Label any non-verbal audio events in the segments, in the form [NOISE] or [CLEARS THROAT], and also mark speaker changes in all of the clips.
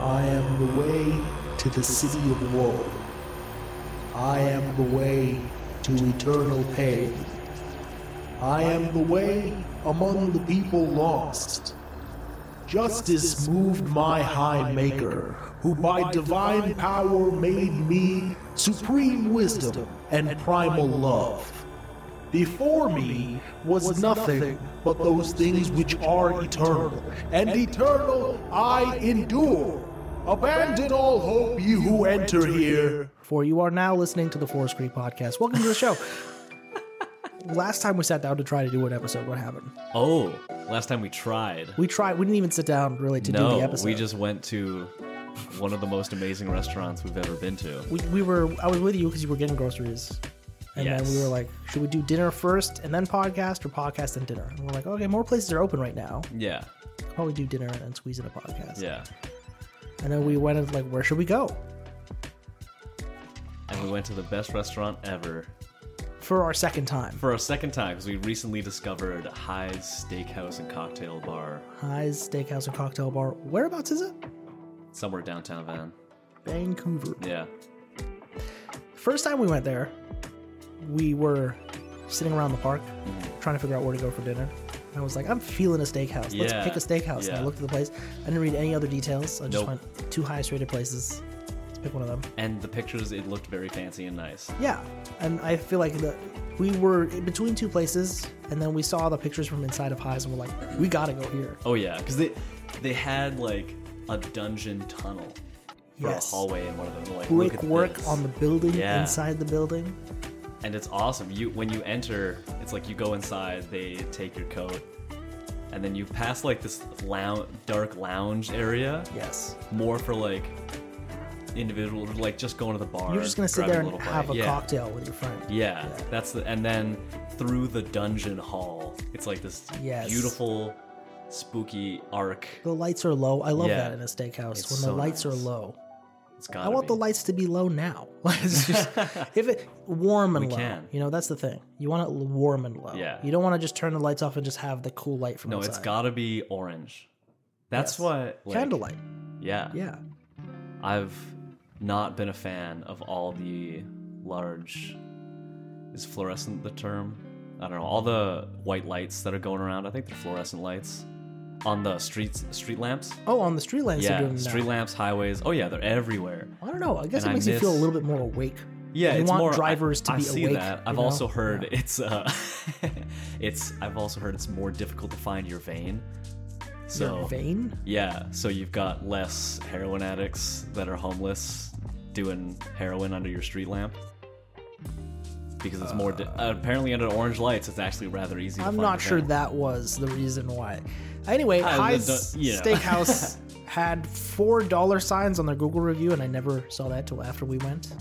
Speaker 1: I am the way to the city of woe. I am the way to eternal pain. I am the way among the people lost. Justice moved my high maker, who by divine power made me supreme wisdom and primal love. Before me was nothing but those things which are eternal, and eternal I endure. Abandon all hope, you who enter here.
Speaker 2: For you are now listening to the Forest Creek Podcast. Welcome to the show. Last time we sat down to try to do an episode, what happened?
Speaker 3: Oh, last time we tried.
Speaker 2: We tried. We didn't even sit down really to do the
Speaker 3: no,
Speaker 2: episode.
Speaker 3: we just went to one of the most amazing restaurants we've ever been to.
Speaker 2: we, we were. I was with you because you were getting groceries, and then we
Speaker 3: Yes.
Speaker 2: were like, should we do dinner first and then podcast, or podcast and dinner? And we're like, okay, more places are open right now.
Speaker 3: Yeah,
Speaker 2: Probably do dinner and then squeeze in a podcast.
Speaker 3: yeah.
Speaker 2: And then we went and like, where should we go
Speaker 3: And we went to the best restaurant ever
Speaker 2: for our second time?
Speaker 3: for a second time because we recently discovered High's Steakhouse and Cocktail Bar
Speaker 2: High's Steakhouse and Cocktail Bar. Whereabouts is it?
Speaker 3: somewhere downtown Van.
Speaker 2: Vancouver.
Speaker 3: Yeah,
Speaker 2: First time we went there, we were sitting around the park
Speaker 3: Mm.
Speaker 2: trying to figure out where to go for dinner. And I was like, I'm feeling a steakhouse. Let's
Speaker 3: Yeah,
Speaker 2: pick a steakhouse. And I
Speaker 3: yeah.
Speaker 2: looked at the place. I didn't read any other details. I just
Speaker 3: Nope.
Speaker 2: went two highest rated places. Let's pick one of them.
Speaker 3: and the pictures it looked very fancy and nice.
Speaker 2: Yeah. And I feel like the, we were in between two places. And then we saw the pictures from inside of Highs and we're like, we got to go here.
Speaker 3: Oh yeah, because they they had like a dungeon tunnel for
Speaker 2: Yes.
Speaker 3: a hallway in one of them. Like Oh, look
Speaker 2: Brick
Speaker 3: at
Speaker 2: work
Speaker 3: this.
Speaker 2: on the building,
Speaker 3: Yeah.
Speaker 2: inside the building.
Speaker 3: and it's awesome. You when you enter, it's like you go inside, they take your coat, and then you pass like this lounge, dark lounge area,
Speaker 2: Yes.
Speaker 3: more for like individual, like just going to the bar.
Speaker 2: You're just going to sit
Speaker 3: grabbing
Speaker 2: there
Speaker 3: a
Speaker 2: and
Speaker 3: little
Speaker 2: have
Speaker 3: bite.
Speaker 2: a
Speaker 3: yeah.
Speaker 2: cocktail with your friend.
Speaker 3: Yeah, that's the and then through the dungeon hall, it's like this
Speaker 2: Yes.
Speaker 3: beautiful, spooky arc.
Speaker 2: The lights are low. I love
Speaker 3: Yeah.
Speaker 2: that in a steakhouse
Speaker 3: It's
Speaker 2: when the
Speaker 3: so
Speaker 2: lights are
Speaker 3: nice.
Speaker 2: low.
Speaker 3: It's got.
Speaker 2: I want the lights to be low now. [LAUGHS] It's
Speaker 3: [LAUGHS]
Speaker 2: just- if it warm and
Speaker 3: We
Speaker 2: low,
Speaker 3: can.
Speaker 2: you know that's the thing. You want it l- warm and low.
Speaker 3: Yeah.
Speaker 2: You don't want to just turn the lights off and just have the cool light from
Speaker 3: [LAUGHS] No,
Speaker 2: outside.
Speaker 3: it's gotta be orange. That's what like,
Speaker 2: candlelight.
Speaker 3: Yeah.
Speaker 2: Yeah.
Speaker 3: I've not been a fan of all the large. Is fluorescent the term? I don't know. All the white lights that are going around. I think they're fluorescent lights on the streets, street lamps.
Speaker 2: Oh, on the street lamps are
Speaker 3: yeah,
Speaker 2: doing
Speaker 3: street
Speaker 2: that.
Speaker 3: lamps, highways. Oh yeah, they're everywhere.
Speaker 2: I don't know. I guess it
Speaker 3: And I
Speaker 2: makes you feel a
Speaker 3: miss-
Speaker 2: little bit more awake.
Speaker 3: Yeah,
Speaker 2: You
Speaker 3: it's
Speaker 2: want
Speaker 3: more I-
Speaker 2: drivers to
Speaker 3: I
Speaker 2: be
Speaker 3: see
Speaker 2: awake,
Speaker 3: That.
Speaker 2: you
Speaker 3: I've
Speaker 2: know?
Speaker 3: also heard it's uh, [LAUGHS] it's. I've also heard it's more difficult to find your vein. So
Speaker 2: Your vein.
Speaker 3: Yeah, so you've got less heroin addicts that are homeless doing heroin under your street lamp because it's more. Di- apparently, under orange lights, it's actually rather easy. To
Speaker 2: I'm
Speaker 3: find
Speaker 2: not
Speaker 3: the
Speaker 2: sure
Speaker 3: van.
Speaker 2: that was the reason why. Anyway,
Speaker 3: I
Speaker 2: High's
Speaker 3: don't- yeah. [LAUGHS]
Speaker 2: Steakhouse had four dollar signs on their Google review, and I never saw that till after we went.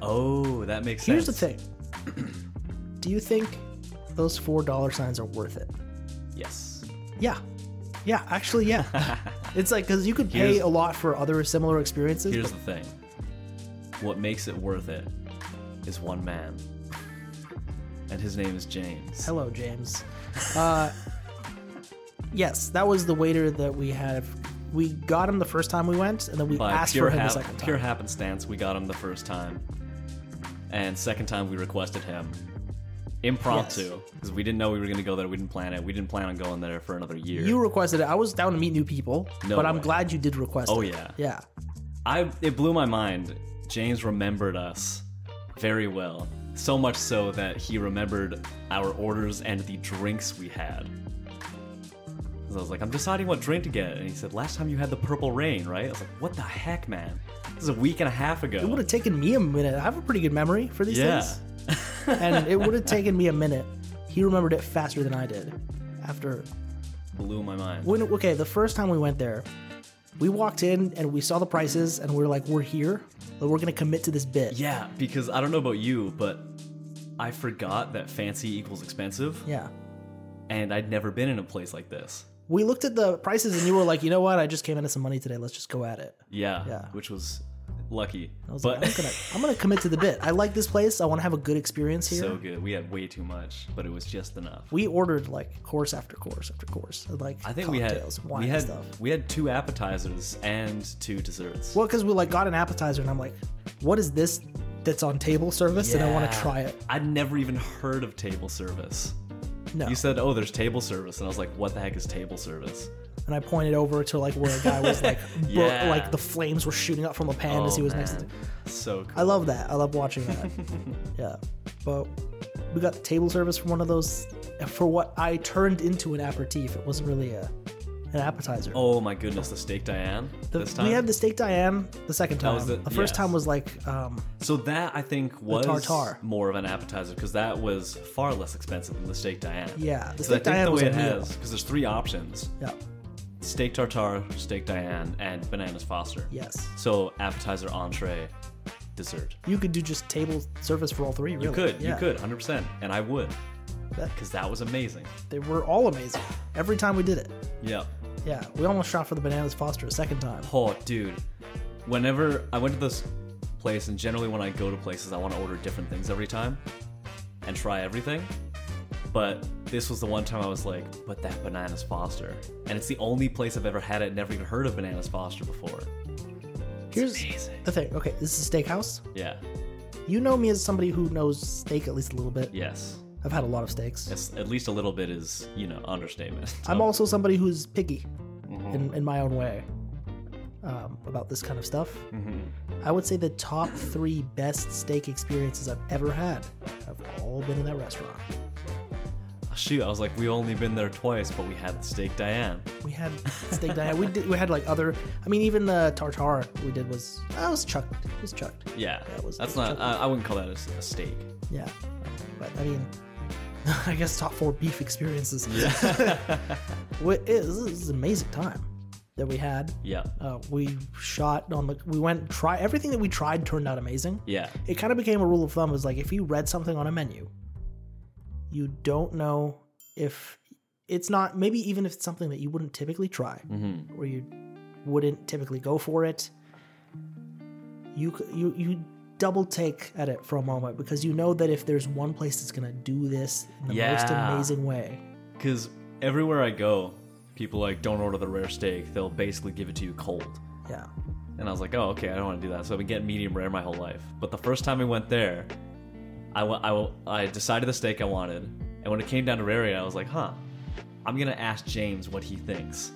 Speaker 3: Oh, that makes
Speaker 2: Here's the
Speaker 3: sense.
Speaker 2: thing. [CLEARS THROAT] Do you think those four dollar signs are worth it?
Speaker 3: Yes. [LAUGHS]
Speaker 2: Yeah. Yeah, actually, yeah. it's like because you could pay
Speaker 3: Here's-
Speaker 2: a lot for other similar experiences.
Speaker 3: Here's
Speaker 2: But
Speaker 3: the thing. What makes it worth it is one man, and his name is James.
Speaker 2: hello, James. Uh, [LAUGHS] yes, that was the waiter that we had. We got him the first time we went, and then we
Speaker 3: By
Speaker 2: asked
Speaker 3: pure
Speaker 2: for him
Speaker 3: hap-
Speaker 2: the second time.
Speaker 3: Pure happenstance, we got him the first time, and second time we requested him impromptu because we didn't know we were going to go there. We didn't plan it. We didn't plan on going there for another year.
Speaker 2: you requested it. I was down to meet new people,
Speaker 3: No
Speaker 2: but I'm
Speaker 3: way.
Speaker 2: glad you did request
Speaker 3: Oh,
Speaker 2: it.
Speaker 3: yeah.
Speaker 2: Yeah.
Speaker 3: I it blew my mind. James remembered us very well, so much so that he remembered our orders and the drinks we had. 'Cause I was like, I'm deciding what drink to get, and he said, "Last time you had the purple rain, right?" I was like, "What the heck, man? This is a week and a half ago."
Speaker 2: It would have taken me a minute. I have a pretty good memory for these
Speaker 3: Yeah.
Speaker 2: things.
Speaker 3: [LAUGHS]
Speaker 2: and it would have taken me a minute. He remembered it faster than I did. After
Speaker 3: blew my mind.
Speaker 2: when okay, the first time we went there, we walked in and we saw the prices and we are like, we're here, but we're gonna commit to this bid.
Speaker 3: Yeah, because I don't know about you, but I forgot that fancy equals expensive,
Speaker 2: Yeah.
Speaker 3: and I'd never been in a place like this.
Speaker 2: We looked at the prices and you were like, you know what? I just came into some money today. Let's just go at it.
Speaker 3: Yeah,
Speaker 2: Yeah.
Speaker 3: which was lucky.
Speaker 2: I was
Speaker 3: but
Speaker 2: like, I'm gonna, I'm gonna commit to the bit. I like this place. I want to have a good experience here.
Speaker 3: [LAUGHS] so good. We had way too much, but it was just enough.
Speaker 2: we ordered like course after course after course, like
Speaker 3: I think we had
Speaker 2: cocktails, and wine
Speaker 3: we had
Speaker 2: and stuff.
Speaker 3: we had two appetizers and two desserts.
Speaker 2: Well, because we like got an appetizer, and I'm like, what is this that's on table service? And I want to
Speaker 3: Yeah.
Speaker 2: try it.
Speaker 3: I'd never even heard of table service.
Speaker 2: No,
Speaker 3: You said, "Oh, there's table service," and I was like, "What the heck is table service?"
Speaker 2: and I pointed over to like where a guy was
Speaker 3: [LAUGHS]
Speaker 2: like, bur-
Speaker 3: Yeah.
Speaker 2: like the flames were shooting up from a pan as
Speaker 3: Oh,
Speaker 2: he was next. to
Speaker 3: man. So cool.
Speaker 2: I love that. I love watching
Speaker 3: [LAUGHS]
Speaker 2: that. yeah, but we got table service from one of those for what I turned into an aperitif. It wasn't really a an appetizer.
Speaker 3: Oh my goodness, the steak Diane
Speaker 2: The-
Speaker 3: this time.
Speaker 2: We had the steak Diane the second time.
Speaker 3: was
Speaker 2: the,
Speaker 3: the-
Speaker 2: first
Speaker 3: yes.
Speaker 2: time was like, um,
Speaker 3: so that I think was
Speaker 2: tartare.
Speaker 3: more of an appetizer because that was far less expensive than the steak Diane.
Speaker 2: Yeah, the
Speaker 3: so I
Speaker 2: steak
Speaker 3: think
Speaker 2: Diane
Speaker 3: the way
Speaker 2: was a
Speaker 3: it
Speaker 2: meal.
Speaker 3: has because there's three options:
Speaker 2: yeah,
Speaker 3: steak tartare, steak Diane, and bananas Foster.
Speaker 2: yes.
Speaker 3: So appetizer, entree, dessert.
Speaker 2: You could do just table service for all three. Really.
Speaker 3: You could,
Speaker 2: Yeah.
Speaker 3: you could, 100%, and I would
Speaker 2: That-
Speaker 3: because that was amazing.
Speaker 2: they were all amazing every time we did it.
Speaker 3: Yeah.
Speaker 2: Yeah, we almost shot for the bananas Foster a second time.
Speaker 3: Oh, dude. Whenever I went to this place, and generally when I go to places, I want to order different things every time and try everything. But this was the one time I was like, but that Bananas Foster. And it's the only place I've ever had it, never even heard of Bananas Foster before.
Speaker 2: Here's
Speaker 3: amazing.
Speaker 2: the thing. Okay, this is a steakhouse.
Speaker 3: Yeah.
Speaker 2: You know me as somebody who knows steak at least a little bit.
Speaker 3: Yes.
Speaker 2: I've had a lot of steaks.
Speaker 3: It's, at least a little bit is, you know,
Speaker 2: [LAUGHS]
Speaker 3: understatement.
Speaker 2: I'm also somebody who's picky in, in my own way um, about this kind of stuff. I would say the top three best steak experiences I've ever had have all been in that restaurant.
Speaker 3: Shoot, I was like, we've only been there twice, but we had the steak Diane.
Speaker 2: We had steak diner. We did. We had like other. I mean, even the tartare we did was. I was chucked. It was chucked.
Speaker 3: Yeah.
Speaker 2: That was-
Speaker 3: that's not, I, I wouldn't call that a, s- a steak.
Speaker 2: Yeah, but I mean, [LAUGHS] I guess top four beef experiences. [LAUGHS] Yeah, it, this is an amazing time that we had.
Speaker 3: Yeah.
Speaker 2: Uh, we shot on the. We went try everything that we tried turned out amazing.
Speaker 3: Yeah.
Speaker 2: It kind of became a rule of thumb. Was like if you read something on a menu, you don't know if it's not maybe even if it's something that you wouldn't typically try or you wouldn't typically go for it. You c- you you double take at it for a moment because you know that if there's one place that's gonna do this in the most
Speaker 3: Yeah.
Speaker 2: amazing way,
Speaker 3: Because everywhere I go, people like don't order the rare steak. They'll basically give it to you cold.
Speaker 2: yeah,
Speaker 3: And I was like, oh, okay, I don't want to do that. So I've been getting medium rare my whole life. But the first time we went there, I wa- I wa- I decided the steak I wanted. And when it came down to rare, I was like, huh, I'm going to ask James what he thinks.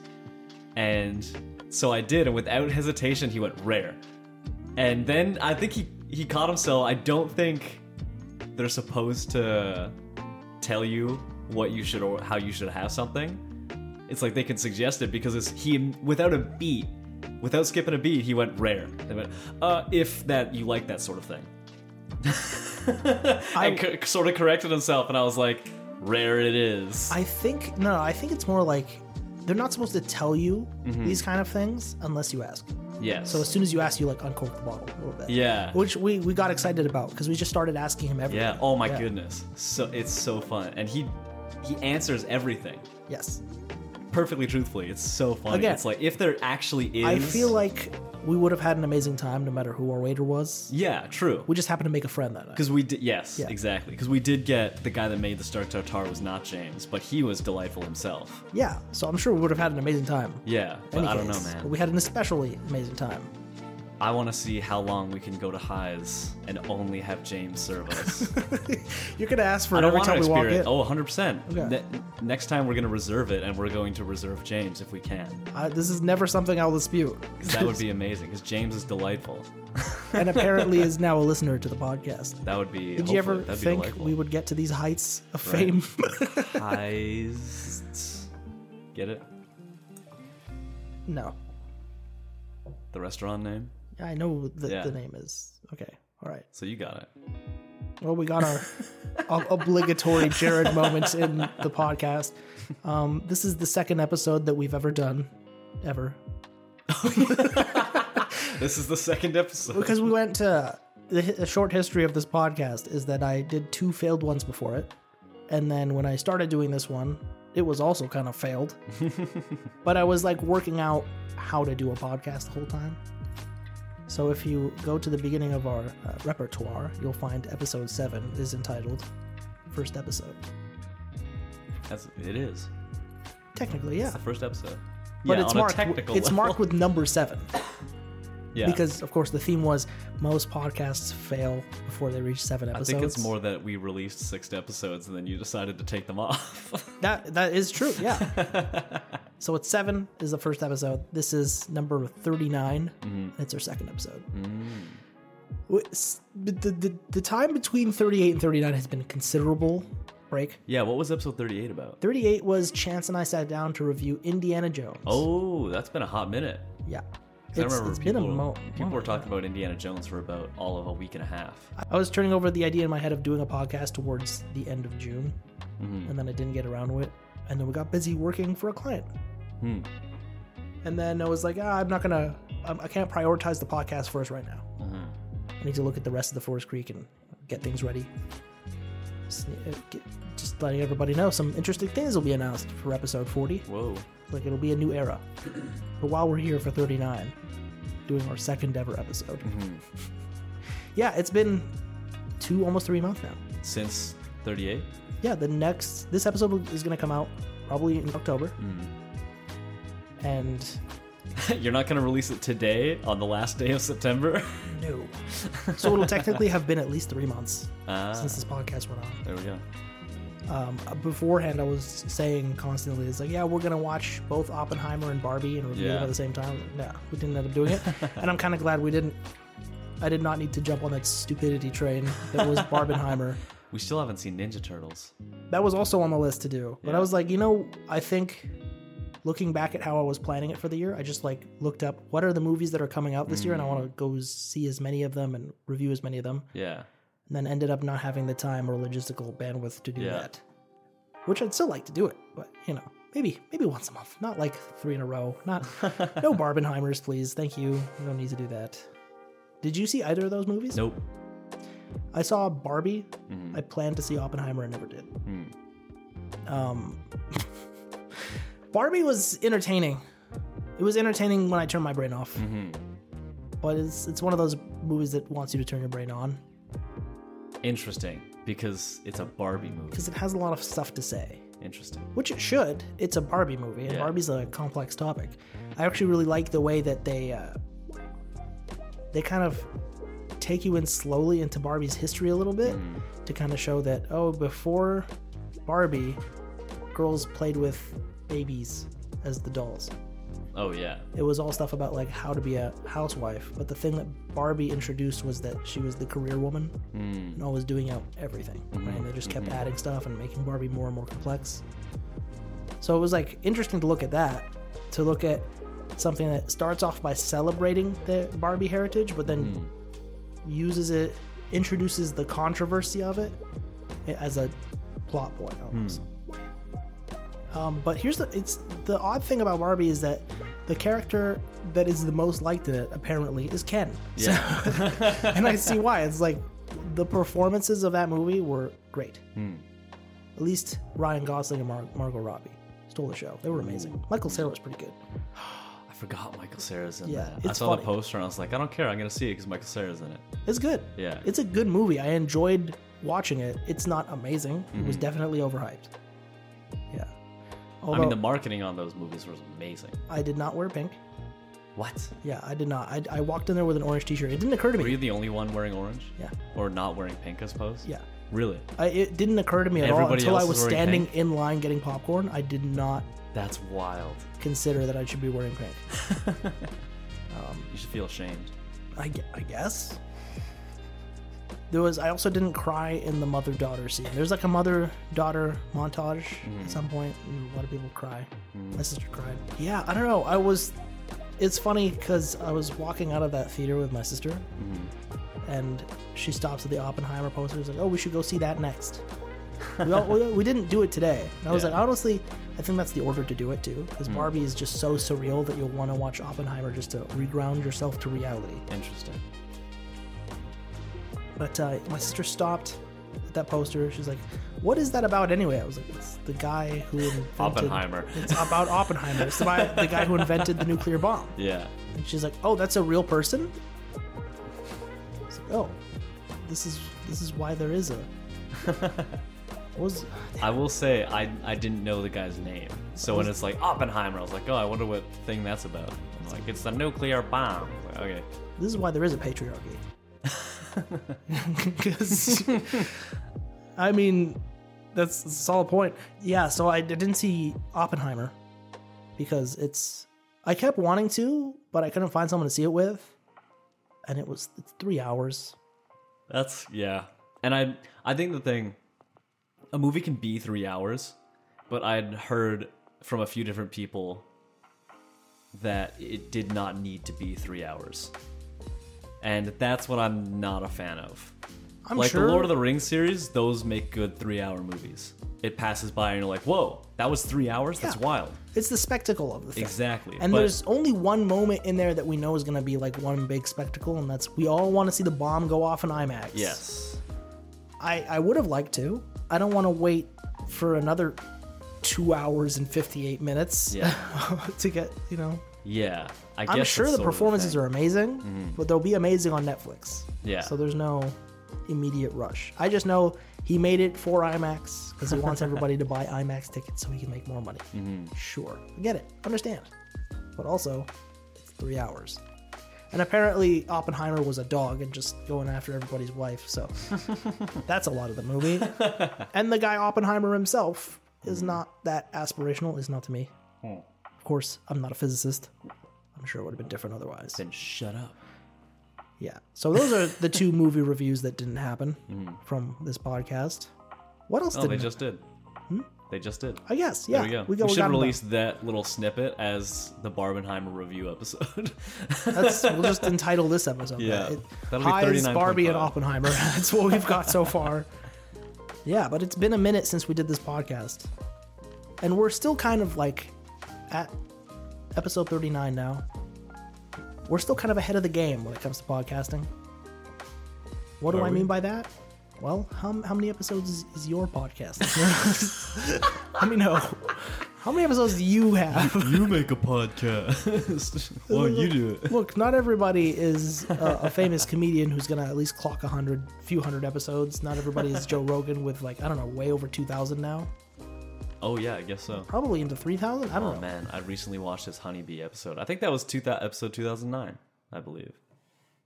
Speaker 3: And so I did. And without hesitation, he went rare. And then I think he, he caught himself. I don't think they're supposed to tell you what you should or how you should have something. It's like they can suggest it because it's he without a beat, without skipping a beat, he went rare. They went, uh, if that you like that sort of thing. [LAUGHS] I
Speaker 2: I-
Speaker 3: co- sort of corrected himself, and I was like, rare it is.
Speaker 2: I think no, I think it's more like they're not supposed to tell you these kind of things unless you ask.
Speaker 3: yes.
Speaker 2: So as soon as you ask, you like uncork the bottle a little bit.
Speaker 3: Yeah.
Speaker 2: Which we, we got excited about because we just started asking him everything.
Speaker 3: yeah. Oh my
Speaker 2: Yeah.
Speaker 3: goodness. So it's so fun, and he he answers everything
Speaker 2: Yes.
Speaker 3: perfectly truthfully. It's so funny.
Speaker 2: Again,
Speaker 3: it's like if there actually is.
Speaker 2: I feel like we would have had an amazing time no matter who our waiter was.
Speaker 3: Yeah. True.
Speaker 2: We just happened to make a friend that night.
Speaker 3: Because we did, yes,
Speaker 2: Yeah.
Speaker 3: exactly. Because we did get the guy that made the Stark Tartar was not James, but he was delightful himself.
Speaker 2: Yeah. So I'm sure we would have had an amazing time.
Speaker 3: Yeah, but
Speaker 2: Any
Speaker 3: I don't know,
Speaker 2: case. But
Speaker 3: man.
Speaker 2: we had an especially amazing time. [LAUGHS]
Speaker 3: I want to see how long we can go to highs and only have James serve
Speaker 2: [LAUGHS]
Speaker 3: us.
Speaker 2: You're gonna ask for
Speaker 3: I
Speaker 2: it
Speaker 3: don't
Speaker 2: every
Speaker 3: want to
Speaker 2: time we walk in.
Speaker 3: experience. Oh, 100%.
Speaker 2: Okay.
Speaker 3: Ne- next time we're going to reserve it, and we're going to reserve James if we can.
Speaker 2: I, this is never something I'll dispute.
Speaker 3: 'Cause that would be amazing, because James is delightful.
Speaker 2: and apparently is now a listener to the podcast.
Speaker 3: [LAUGHS] That would be.
Speaker 2: Did you
Speaker 3: hopefully,
Speaker 2: ever
Speaker 3: that'd be
Speaker 2: think
Speaker 3: delightful.
Speaker 2: we would get to these heights of
Speaker 3: Right.
Speaker 2: fame? [LAUGHS]
Speaker 3: [LAUGHS] Highs. Get it?
Speaker 2: no.
Speaker 3: The restaurant name?
Speaker 2: I know that
Speaker 3: Yeah.
Speaker 2: the name is. Okay. All right.
Speaker 3: So you got it.
Speaker 2: Well, we got our ob- obligatory Jared moment in the podcast. Um, this is the second episode that we've ever done, ever,
Speaker 3: This is the second episode.
Speaker 2: because we went to the, hi- the short history of this podcast is that I did two failed ones before it, and then when I started doing this one, it was also kind of failed. but I was like working out how to do a podcast the whole time, So if you go to the beginning of our uh, repertoire, you'll find episode 7 is entitled First Episode.
Speaker 3: That's, it is.
Speaker 2: Technically, yeah.
Speaker 3: It's the first episode.
Speaker 2: But
Speaker 3: yeah,
Speaker 2: it's
Speaker 3: on
Speaker 2: marked
Speaker 3: a
Speaker 2: w-
Speaker 3: technical
Speaker 2: it's
Speaker 3: level.
Speaker 2: marked with number 7
Speaker 3: [LAUGHS] yeah.
Speaker 2: because of course the theme was most podcasts fail before they reach 7
Speaker 3: I
Speaker 2: episodes.
Speaker 3: think it's more that we released six episodes and then you decided to take them off. [LAUGHS]
Speaker 2: That that is true. Yeah. so it's seven is the first episode. This is number thirty
Speaker 3: Mm-hmm.
Speaker 2: It's our second episode.
Speaker 3: Mm.
Speaker 2: W- s- but The, the the time between thirty eight and thirty nine has been a considerable break.
Speaker 3: yeah, what was episode 38 about?
Speaker 2: Thirty eight was Chance and I sat down to review Indiana Jones.
Speaker 3: Oh, that's been a hot minute.
Speaker 2: yeah.
Speaker 3: 'Cause
Speaker 2: It's,
Speaker 3: I remember
Speaker 2: it's been
Speaker 3: people,
Speaker 2: a mo.
Speaker 3: people were talking about Indiana Jones for about all of a week and a half.
Speaker 2: I was turning over the idea in my head of doing a podcast towards the end of June, and then I didn't get around to it. And then we got busy working for a client.
Speaker 3: Hmm.
Speaker 2: And then I was like, ah, I'm not gonna, I'm, I can't prioritize the podcast first right now. I need to look at the rest of the Forest Creek and get things ready. Just, uh, get- just letting everybody know some interesting things will be announced for episode 40.
Speaker 3: Whoa.
Speaker 2: Like it'll be a new era. [CLEARS THROAT] But while we're here for 39, doing our second ever episode. Yeah, it's been two, almost three months now.
Speaker 3: Since 38?
Speaker 2: Yeah, the next, this episode is going to come out probably in October. And
Speaker 3: [LAUGHS] You're not going to release it today on the last day of September? [LAUGHS]
Speaker 2: no. so it'll technically have been at least three months
Speaker 3: Ah.
Speaker 2: since this podcast went on.
Speaker 3: There we go.
Speaker 2: um, beforehand I was saying constantly, it's like, yeah, we're gonna watch both Oppenheimer and Barbie and review
Speaker 3: Yeah.
Speaker 2: them at the same time. No, we didn't end up
Speaker 3: [LAUGHS]
Speaker 2: doing it, and I'm kind of glad we didn't. I did not need to jump on that stupidity train that was
Speaker 3: [LAUGHS]
Speaker 2: Barbenheimer.
Speaker 3: We still haven't seen Ninja Turtles.
Speaker 2: That was also on the list to do, but
Speaker 3: Yeah.
Speaker 2: I was like, you know, I think looking back at how I was planning it for the year, I just like looked up what are the movies that are coming out this year,
Speaker 3: Mm.
Speaker 2: and I want to go see as many of them and review as many of them [LAUGHS]
Speaker 3: Yeah.
Speaker 2: and then ended up not having the time or logistical bandwidth to do
Speaker 3: Yeah.
Speaker 2: that. Which I'd still like to do it, but you know, maybe maybe once a month, not like three in a row.
Speaker 3: [LAUGHS]
Speaker 2: Not no Barbenheimers, please. Thank you. You don't need to do that. Did you see either of those movies?
Speaker 3: Nope. Mm-hmm.
Speaker 2: I saw Barbie. I planned to see Oppenheimer and never did.
Speaker 3: Hmm.
Speaker 2: Um, [LAUGHS] Barbie was entertaining. It was entertaining when I turned my brain off.
Speaker 3: Mm-hmm.
Speaker 2: But it's it's one of those movies that wants you to turn your brain on
Speaker 3: Interesting. Because it's a Barbie movie.
Speaker 2: because it has a lot of stuff to say.
Speaker 3: Interesting.
Speaker 2: which it should. It's a Barbie movie, and
Speaker 3: Yeah.
Speaker 2: Barbie's a complex topic. I actually really like the way that they uh, they kind of take you in slowly into Barbie's history a little bit to kind of show that oh, before Barbie, girls played with babies as the dolls.
Speaker 3: Oh,
Speaker 2: [LAUGHS]
Speaker 3: yeah.
Speaker 2: It was all stuff about like how to be a housewife, but the thing that Barbie introduced was that she was the career woman and always doing out everything. Right? And they just kept adding stuff and making Barbie more and more complex. So it was like interesting to look at that, to look at something that starts off by celebrating the Barbie heritage, but then uses it, introduces the controversy of it eh, as a plot point almost. Um, but here's the it's the odd thing about Barbie is that the character that is the most liked in it apparently is Ken. So-
Speaker 3: Yeah.
Speaker 2: [LAUGHS] and I see why. It's like the performances of that movie were great.
Speaker 3: Hmm.
Speaker 2: At least Ryan Gosling and Mar- Margot Robbie stole the show. They were amazing. Michael Cera was pretty good.
Speaker 3: I forgot Michael Cera's in
Speaker 2: Yeah,
Speaker 3: that. I
Speaker 2: it's
Speaker 3: saw the
Speaker 2: funny.
Speaker 3: poster and I was like, I don't care. I'm going to see it because Michael Cera's in it.
Speaker 2: It's good.
Speaker 3: Yeah.
Speaker 2: It's a good movie. I enjoyed watching it. It's not amazing. It was definitely overhyped. Yeah. Although
Speaker 3: Mhm. I
Speaker 2: I,
Speaker 3: mean, the marketing on those movies was amazing.
Speaker 2: did not wear pink.
Speaker 3: What?
Speaker 2: Yeah, I did not. I, I walked in there with an orange t-shirt. It didn't occur to
Speaker 3: Were
Speaker 2: me.
Speaker 3: you the only one wearing orange?
Speaker 2: Yeah.
Speaker 3: Or not wearing pink, I suppose?
Speaker 2: Yeah.
Speaker 3: Really?
Speaker 2: I, it didn't occur to me at all
Speaker 3: Everybody
Speaker 2: until I
Speaker 3: else is
Speaker 2: was
Speaker 3: wearing
Speaker 2: standing
Speaker 3: pink?
Speaker 2: in line getting popcorn. I did not
Speaker 3: That's wild.
Speaker 2: consider that I should be wearing pink.
Speaker 3: You should feel ashamed.
Speaker 2: I, gue- I guess. There was. I also didn't cry in the mother daughter scene. There's like a mother daughter montage at some point. and A lot of people cry. My sister cried. Yeah, I don't know. I was. It's funny because I was walking out of that theater with my sister, and she stops at the Oppenheimer poster. She's like, "Oh, we should go see that next." we, all, we, we didn't do it today. And I was
Speaker 3: Yeah.
Speaker 2: like, honestly, I think that's the order to do it too, because Barbie is just so surreal that you'll want to watch Oppenheimer just to reground yourself to reality.
Speaker 3: Interesting.
Speaker 2: But uh, my sister stopped at that poster. She's like, "What is that about anyway?" I was like, "It's the guy who invented
Speaker 3: Oppenheimer.
Speaker 2: It's about Oppenheimer. It's about the guy who invented the nuclear bomb."
Speaker 3: [LAUGHS] Yeah.
Speaker 2: And she's like, "Oh, that's a real person." oh, this is this is why there is a. what was
Speaker 3: I will say I I didn't know the guy's name. So when it's like Oppenheimer, I was like, oh, I wonder what thing that's about. It's like it's the nuclear bomb. I was like, okay.
Speaker 2: this is why there is a patriarchy. [LAUGHS] Because [LAUGHS] I mean, that's, that's a solid point. Yeah, so I, I didn't see Oppenheimer because it's I kept wanting to, but I couldn't find someone to see it with, and it was it's three hours.
Speaker 3: That's yeah. And I I think the thing a movie can be 3 hours, but I'd heard from a few different people that it did not need to be 3 hours. And that's what I'm not a fan of.
Speaker 2: I'm
Speaker 3: like
Speaker 2: sure.
Speaker 3: the Lord of the Rings series, those make good 3-hour movies. It passes by and you're like, "Whoa, that was 3 hours? That's
Speaker 2: Yeah.
Speaker 3: wild."
Speaker 2: it's the spectacle of the thing.
Speaker 3: Exactly.
Speaker 2: And
Speaker 3: but-
Speaker 2: there's only one moment in there that we know is going to be like one big spectacle, and that's we all want to see the bomb go off in IMAX.
Speaker 3: yes.
Speaker 2: I, I would have liked to. I don't want to wait for another two hours and 58 minutes
Speaker 3: Yeah.
Speaker 2: [LAUGHS] to get, you know.
Speaker 3: Yeah. I guess
Speaker 2: I'm
Speaker 3: that's
Speaker 2: sure
Speaker 3: sort
Speaker 2: the
Speaker 3: of
Speaker 2: performances
Speaker 3: thing. Mm-hmm.
Speaker 2: are amazing, but they'll be amazing on Netflix.
Speaker 3: Yeah.
Speaker 2: So there's no immediate rush. I just know he made it for IMAX because he wants everybody
Speaker 3: [LAUGHS]
Speaker 2: to buy IMAX tickets so he can make more money.
Speaker 3: Mm-hmm.
Speaker 2: Sure. I get it. Understand. But also, it's three hours. And apparently, Oppenheimer was a dog and just going after everybody's wife. So that's a lot of the
Speaker 3: [LAUGHS]
Speaker 2: movie. and the guy Oppenheimer himself
Speaker 3: Hmm.
Speaker 2: is not that aspirational, is not to me. Of course, I'm not a physicist. I'm sure it would have been different otherwise.
Speaker 3: Then shut up.
Speaker 2: Yeah. So those are the
Speaker 3: [LAUGHS]
Speaker 2: two movie reviews that didn't happen from this podcast. What else
Speaker 3: Hmm. Oh,
Speaker 2: did
Speaker 3: they just did.
Speaker 2: Hmm?
Speaker 3: They just did.
Speaker 2: I guess. Yeah.
Speaker 3: There we go. We,
Speaker 2: got-
Speaker 3: should
Speaker 2: got 'em done.
Speaker 3: release that little snippet as the Barbenheimer review episode. [LAUGHS]
Speaker 2: That's, we'll just entitle this episode.
Speaker 3: Yeah.
Speaker 2: that. It,
Speaker 3: That'll be
Speaker 2: Highs,
Speaker 3: 39.5.
Speaker 2: Barbie and Oppenheimer. [LAUGHS] That's what we've got so far. Yeah, but it's been a minute since we did this podcast, and we're still kind of like at episode thirty nine now. We're still kind of ahead of the game when it comes to podcasting. What do
Speaker 3: Are
Speaker 2: I
Speaker 3: we?
Speaker 2: mean by that? Well, how, how many episodes is, is your podcast? [LAUGHS] Let me know. How many episodes do you have?
Speaker 3: you make a [LAUGHS] podcast. Why don't you do it?
Speaker 2: Look, not everybody is a, a famous comedian who's gonna at least clock a hundred, few hundred episodes. Not everybody is Joe Rogan with like I don't know, way over two thousand now.
Speaker 3: Oh yeah, I guess so.
Speaker 2: Probably into three thousand. I don't
Speaker 3: Oh
Speaker 2: know.
Speaker 3: man, I recently watched this honeybee episode. I think that was two thou- episode two thousand nine, I believe.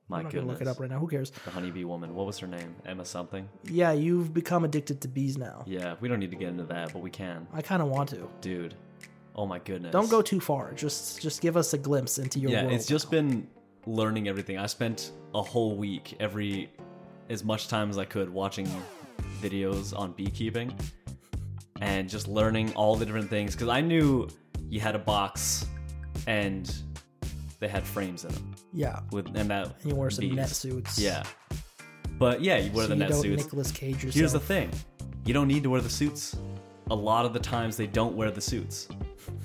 Speaker 3: My
Speaker 2: I'm not gonna
Speaker 3: goodness,
Speaker 2: look it up right now. Who cares?
Speaker 3: the honeybee woman. What was her name? Emma something.
Speaker 2: Yeah, you've become addicted to bees now.
Speaker 3: Yeah, we don't need to get into that, but we can,
Speaker 2: I kind of want to.
Speaker 3: dude. Oh my goodness.
Speaker 2: Don't go too far. Just just give us a glimpse into your
Speaker 3: yeah
Speaker 2: world.
Speaker 3: it's just been learning everything i spent a whole week every as much time as i could watching videos on beekeeping and just learning all the different things because i knew you had a box and they had frames in them
Speaker 2: yeah.
Speaker 3: with and that
Speaker 2: And you wear some
Speaker 3: bees.
Speaker 2: net suits.
Speaker 3: yeah but yeah you wear
Speaker 2: So
Speaker 3: the
Speaker 2: you
Speaker 3: net
Speaker 2: don't
Speaker 3: suits
Speaker 2: Nicolas Cage yourself.
Speaker 3: Here's the thing you don't need to wear the suits. A lot of the times they don't wear the suits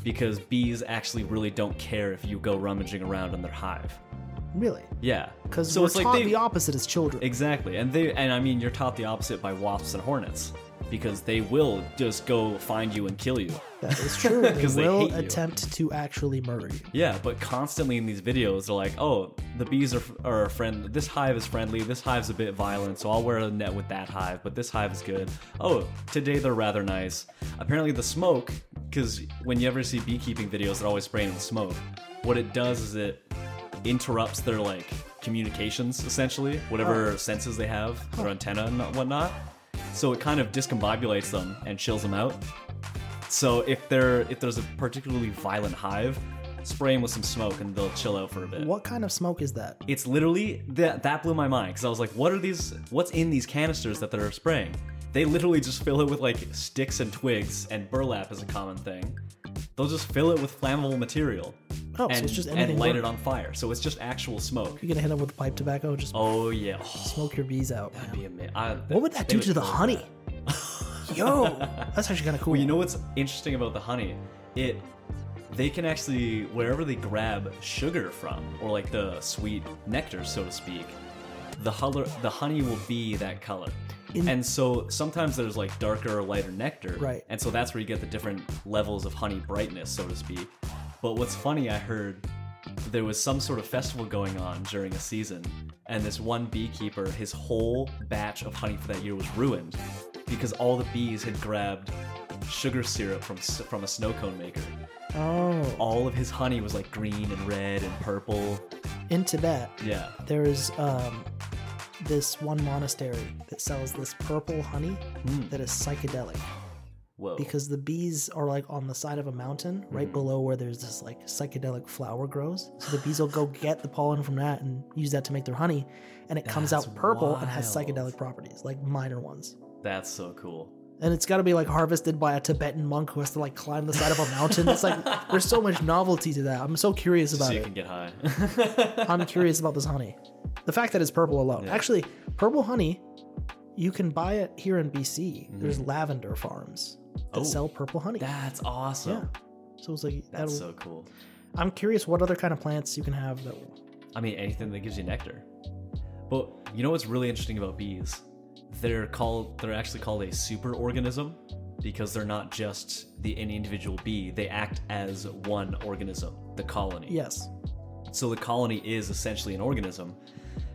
Speaker 3: because bees actually really don't care if you go rummaging around in their hive.
Speaker 2: really?
Speaker 3: Yeah.
Speaker 2: Because
Speaker 3: so
Speaker 2: we're
Speaker 3: it's like
Speaker 2: taught
Speaker 3: they,
Speaker 2: the opposite as children.
Speaker 3: Exactly. And they and I mean you're taught the opposite by wasps and hornets because they will just go find you and kill you.
Speaker 2: that is
Speaker 3: [LAUGHS]
Speaker 2: true. They
Speaker 3: 'Cause they
Speaker 2: will
Speaker 3: hate you.
Speaker 2: attempt to actually murder you.
Speaker 3: Yeah, but constantly in these videos they're like, "Oh, the bees are are friend. This hive is friendly. This hive's a bit violent, so I'll wear a net with that hive, but this hive is good. Oh, today they're rather nice." Apparently the smoke cuz when you ever see beekeeping videos, they're always spraying the smoke. What it does is it interrupts their like communications essentially, whatever senses they have, their antenna and whatnot. So it kind of discombobulates them and chills them out. So if there if there's a particularly violent hive, spray them with some smoke and they'll chill out for a bit.
Speaker 2: What kind of smoke is that? Oh,
Speaker 3: It's literally that that blew my mind because I was like, what are these? What's in these canisters that they're spraying? They literally just fill it with like sticks and twigs and burlap is a common thing. They'll just fill it with flammable material
Speaker 2: Oh,
Speaker 3: and,
Speaker 2: so it's just
Speaker 3: and
Speaker 2: anything.
Speaker 3: light
Speaker 2: burning.
Speaker 3: it on fire. So it's just actual smoke.
Speaker 2: You're gonna hit them with pipe tobacco. Just
Speaker 3: Oh yeah, Oh,
Speaker 2: smoke your bees out. man.
Speaker 3: that'd be amazing. I,
Speaker 2: What would that
Speaker 3: they
Speaker 2: do to the
Speaker 3: kill
Speaker 2: honey?
Speaker 3: [LAUGHS]
Speaker 2: Yo, that's actually kind of cool.
Speaker 3: Well, you know what's interesting about the honey? It they can actually wherever they grab sugar from, or like the sweet nectar, so to speak, the color the honey will be that color.
Speaker 2: In-
Speaker 3: and so sometimes there's like darker or lighter nectar,
Speaker 2: Right.
Speaker 3: And so that's where you get the different levels of honey brightness, so to speak. But what's funny, I heard there was some sort of festival going on during a season, and this one beekeeper, his whole batch of honey for that year was ruined because all the bees had grabbed sugar syrup from s- from a snow cone maker.
Speaker 2: Oh.
Speaker 3: All of his honey was like green and red and purple.
Speaker 2: In Tibet,
Speaker 3: Yeah.
Speaker 2: there is um, this one monastery that sells this purple honey that is psychedelic
Speaker 3: Hmm. Whoa.
Speaker 2: because the bees are like on the side of a mountain
Speaker 3: Mm-hmm.
Speaker 2: right below where there's this like psychedelic flower grows. So the bees will go
Speaker 3: [LAUGHS]
Speaker 2: get the pollen from that and use that to make their honey. And it comes out
Speaker 3: That's
Speaker 2: purple and has
Speaker 3: wild.
Speaker 2: psychedelic properties, like minor ones.
Speaker 3: That's so cool.
Speaker 2: and it's got to be like harvested by a Tibetan monk who has to like climb the side of a mountain. It's
Speaker 3: [LAUGHS]
Speaker 2: like there's so much novelty to that. I'm so curious
Speaker 3: So
Speaker 2: about
Speaker 3: you
Speaker 2: it.
Speaker 3: can get high.
Speaker 2: [LAUGHS]
Speaker 3: [LAUGHS]
Speaker 2: I'm curious about this honey. The fact that it's purple alone.
Speaker 3: Yeah.
Speaker 2: Actually, purple honey, you can buy it here in BC. There's lavender farms that
Speaker 3: Mm-hmm. Oh.
Speaker 2: sell purple honey.
Speaker 3: That's awesome.
Speaker 2: so it's like that'll,
Speaker 3: That's so cool.
Speaker 2: I'm curious what other kind of plants you can have that.
Speaker 3: I mean, anything that gives you nectar. But you know what's really interesting about bees? They're called they're actually called a superorganism because they're not just the any individual bee. They act as one organism, the colony.
Speaker 2: Yes.
Speaker 3: So the colony is essentially an organism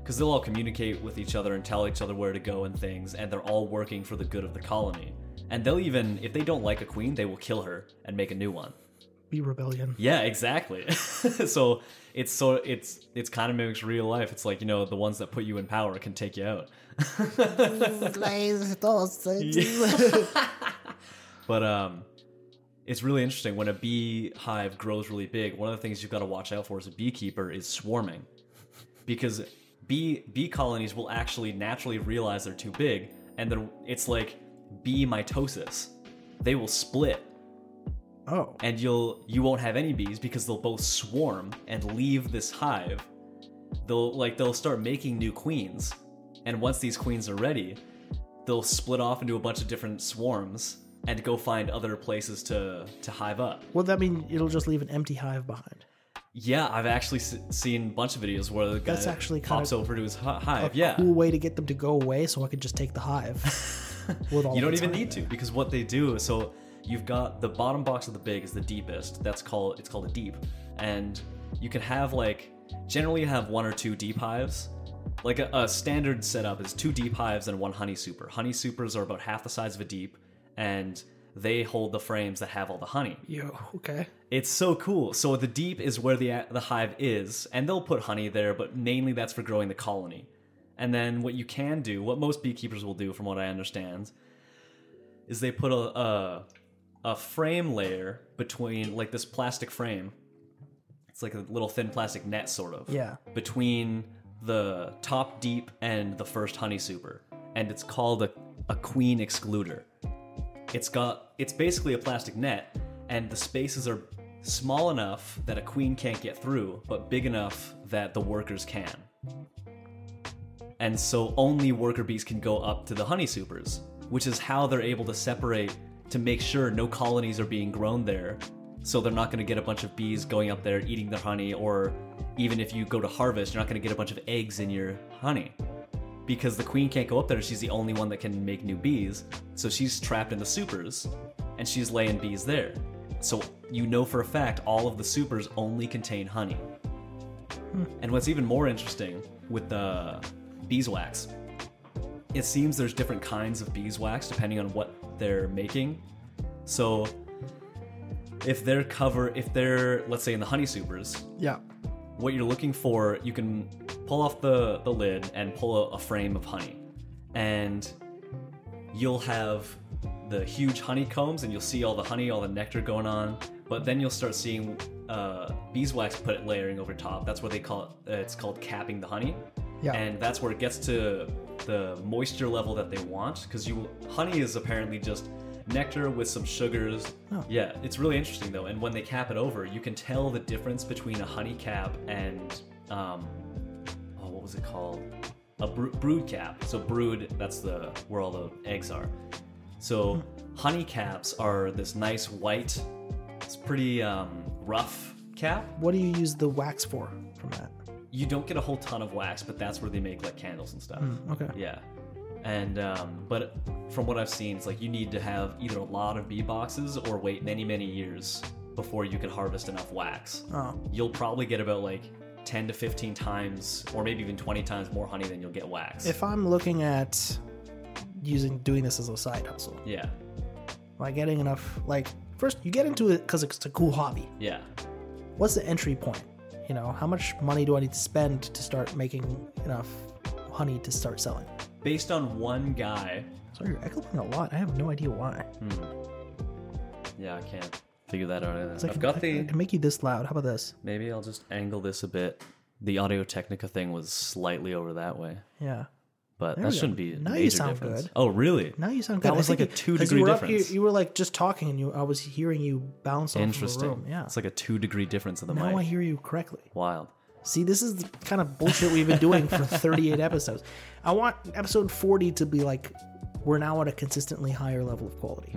Speaker 3: because they'll all communicate with each other and tell each other where to go and things, and they're all working for the good of the colony. And they'll even, if they don't like a queen, they will kill her and make a new one.
Speaker 2: Bee rebellion.
Speaker 3: Yeah, exactly. [LAUGHS] so it's so it's it's kind of mimics real life. It's like you know the ones that put you in power can take you out. [LAUGHS] But um, it's really interesting when a bee hive grows really big. One of the things you've got to watch out for as a beekeeper is swarming, because bee bee colonies will actually naturally realize they're too big, and then it's like bee mitosis. They will split
Speaker 2: oh.
Speaker 3: and you'll you won't have any bees because they'll both swarm and leave this hive. They'll like they'll start making new queens, and once these queens are ready, they'll split off into a bunch of different swarms and go find other places to to hive up.
Speaker 2: Would that mean it'll just leave an empty hive behind?
Speaker 3: Yeah, I've actually s- seen a bunch of videos where the guy
Speaker 2: That's actually kinda
Speaker 3: pops over to his hi- hive.
Speaker 2: a
Speaker 3: Yeah,
Speaker 2: cool way to get them to go away so I could just take the hive.
Speaker 3: [LAUGHS]
Speaker 2: with all
Speaker 3: you don't
Speaker 2: the
Speaker 3: even
Speaker 2: time.
Speaker 3: need to because what they do is so you've got the bottom box of the big is the deepest that's called it's called a deep and you can have like generally you have one or two deep hives like a, a standard setup is two deep hives and one honey super honey supers are about half the size of a deep and they hold the frames that have all the honey
Speaker 2: Yo, okay.
Speaker 3: it's so cool. So the deep is where the the hive is, and they'll put honey there, but mainly that's for growing the colony. And then what you can do, what most beekeepers will do, from what I understand, is they put a a, a frame layer between like this plastic frame. It's like a little thin plastic net, sort of.
Speaker 2: Yeah.
Speaker 3: Between the top deep and the first honey super, and it's called a a queen excluder. It's got it's basically a plastic net, and the spaces are small enough that a queen can't get through, but big enough that the workers can. And so only worker bees can go up to the honey supers, which is how they're able to separate to make sure no colonies are being grown there. So they're not going to get a bunch of bees going up there eating their honey, or even if you go to harvest, you're not going to get a bunch of eggs in your honey because the queen can't go up there. She's the only one that can make new bees. So she's trapped in the supers and she's laying bees there. So you know for a fact all of the supers only contain honey. And what's even more interesting with the beeswax, it seems there's different kinds of beeswax depending on what they're making. So if they're cover if they're let's say in the honey supers,
Speaker 2: Yeah.
Speaker 3: what you're looking for, you can pull off the, the lid and pull a, a frame of honey. And you'll have the huge honeycombs and you'll see all the honey, all the nectar going on. But then you'll start seeing uh, beeswax put layering over top. That's what they call it. Uh, it's called capping the honey.
Speaker 2: Yeah.
Speaker 3: And that's where it gets to the moisture level that they want because you honey is apparently just nectar with some sugars.
Speaker 2: Oh.
Speaker 3: Yeah, it's really interesting though. And when they cap it over, you can tell the difference between a honey cap and um, oh, what was it called? A bro- brood cap. So brood, that's the where all the eggs are. So
Speaker 2: Hmm.
Speaker 3: honey caps are this nice white. It's pretty um, rough cap
Speaker 2: What do you use the wax for from that?
Speaker 3: you don't get a whole ton of wax, but that's where they make like candles and stuff.
Speaker 2: Okay.
Speaker 3: Yeah. And um, but from what I've seen, it's like you need to have either a lot of bee boxes or wait many many years before you can harvest enough wax.
Speaker 2: Oh.
Speaker 3: You'll probably get about like 10 to 15 times, or maybe even 20 times more honey than you'll get wax.
Speaker 2: If I'm looking at using doing this as a side hustle,
Speaker 3: yeah,
Speaker 2: like getting enough, like first you get into it because it's a cool hobby.
Speaker 3: yeah.
Speaker 2: What's the entry point? You know, how much money do I need to spend to start making enough honey to start selling?
Speaker 3: Based on one guy,
Speaker 2: Sorry, you're echoing a lot. I have no idea why.
Speaker 3: yeah, I can't figure that out. Either.
Speaker 2: It's like,
Speaker 3: I've got
Speaker 2: I can- I
Speaker 3: the.
Speaker 2: can make you this loud. How about this?
Speaker 3: Maybe I'll just angle this a bit. The Audio Technica thing was slightly over that way,
Speaker 2: Yeah.
Speaker 3: but
Speaker 2: we
Speaker 3: that
Speaker 2: go.
Speaker 3: shouldn't be a
Speaker 2: Now you
Speaker 3: major
Speaker 2: sound
Speaker 3: difference.
Speaker 2: good.
Speaker 3: Oh, really?
Speaker 2: Now you sound good.
Speaker 3: That
Speaker 2: I
Speaker 3: was
Speaker 2: think
Speaker 3: like a
Speaker 2: you-
Speaker 3: two
Speaker 2: 'cause you
Speaker 3: degree
Speaker 2: were up here-
Speaker 3: difference.
Speaker 2: you were like just talking, and you I was hearing you bounce off of the
Speaker 3: Interesting.
Speaker 2: room. Yeah.
Speaker 3: It's like a two degree difference in the
Speaker 2: now I
Speaker 3: mic.
Speaker 2: hear you correctly.
Speaker 3: Wild.
Speaker 2: See, this is the kind of bullshit we've been doing for 38 episodes. I want episode 40 to be like, we're now at a consistently higher level of quality.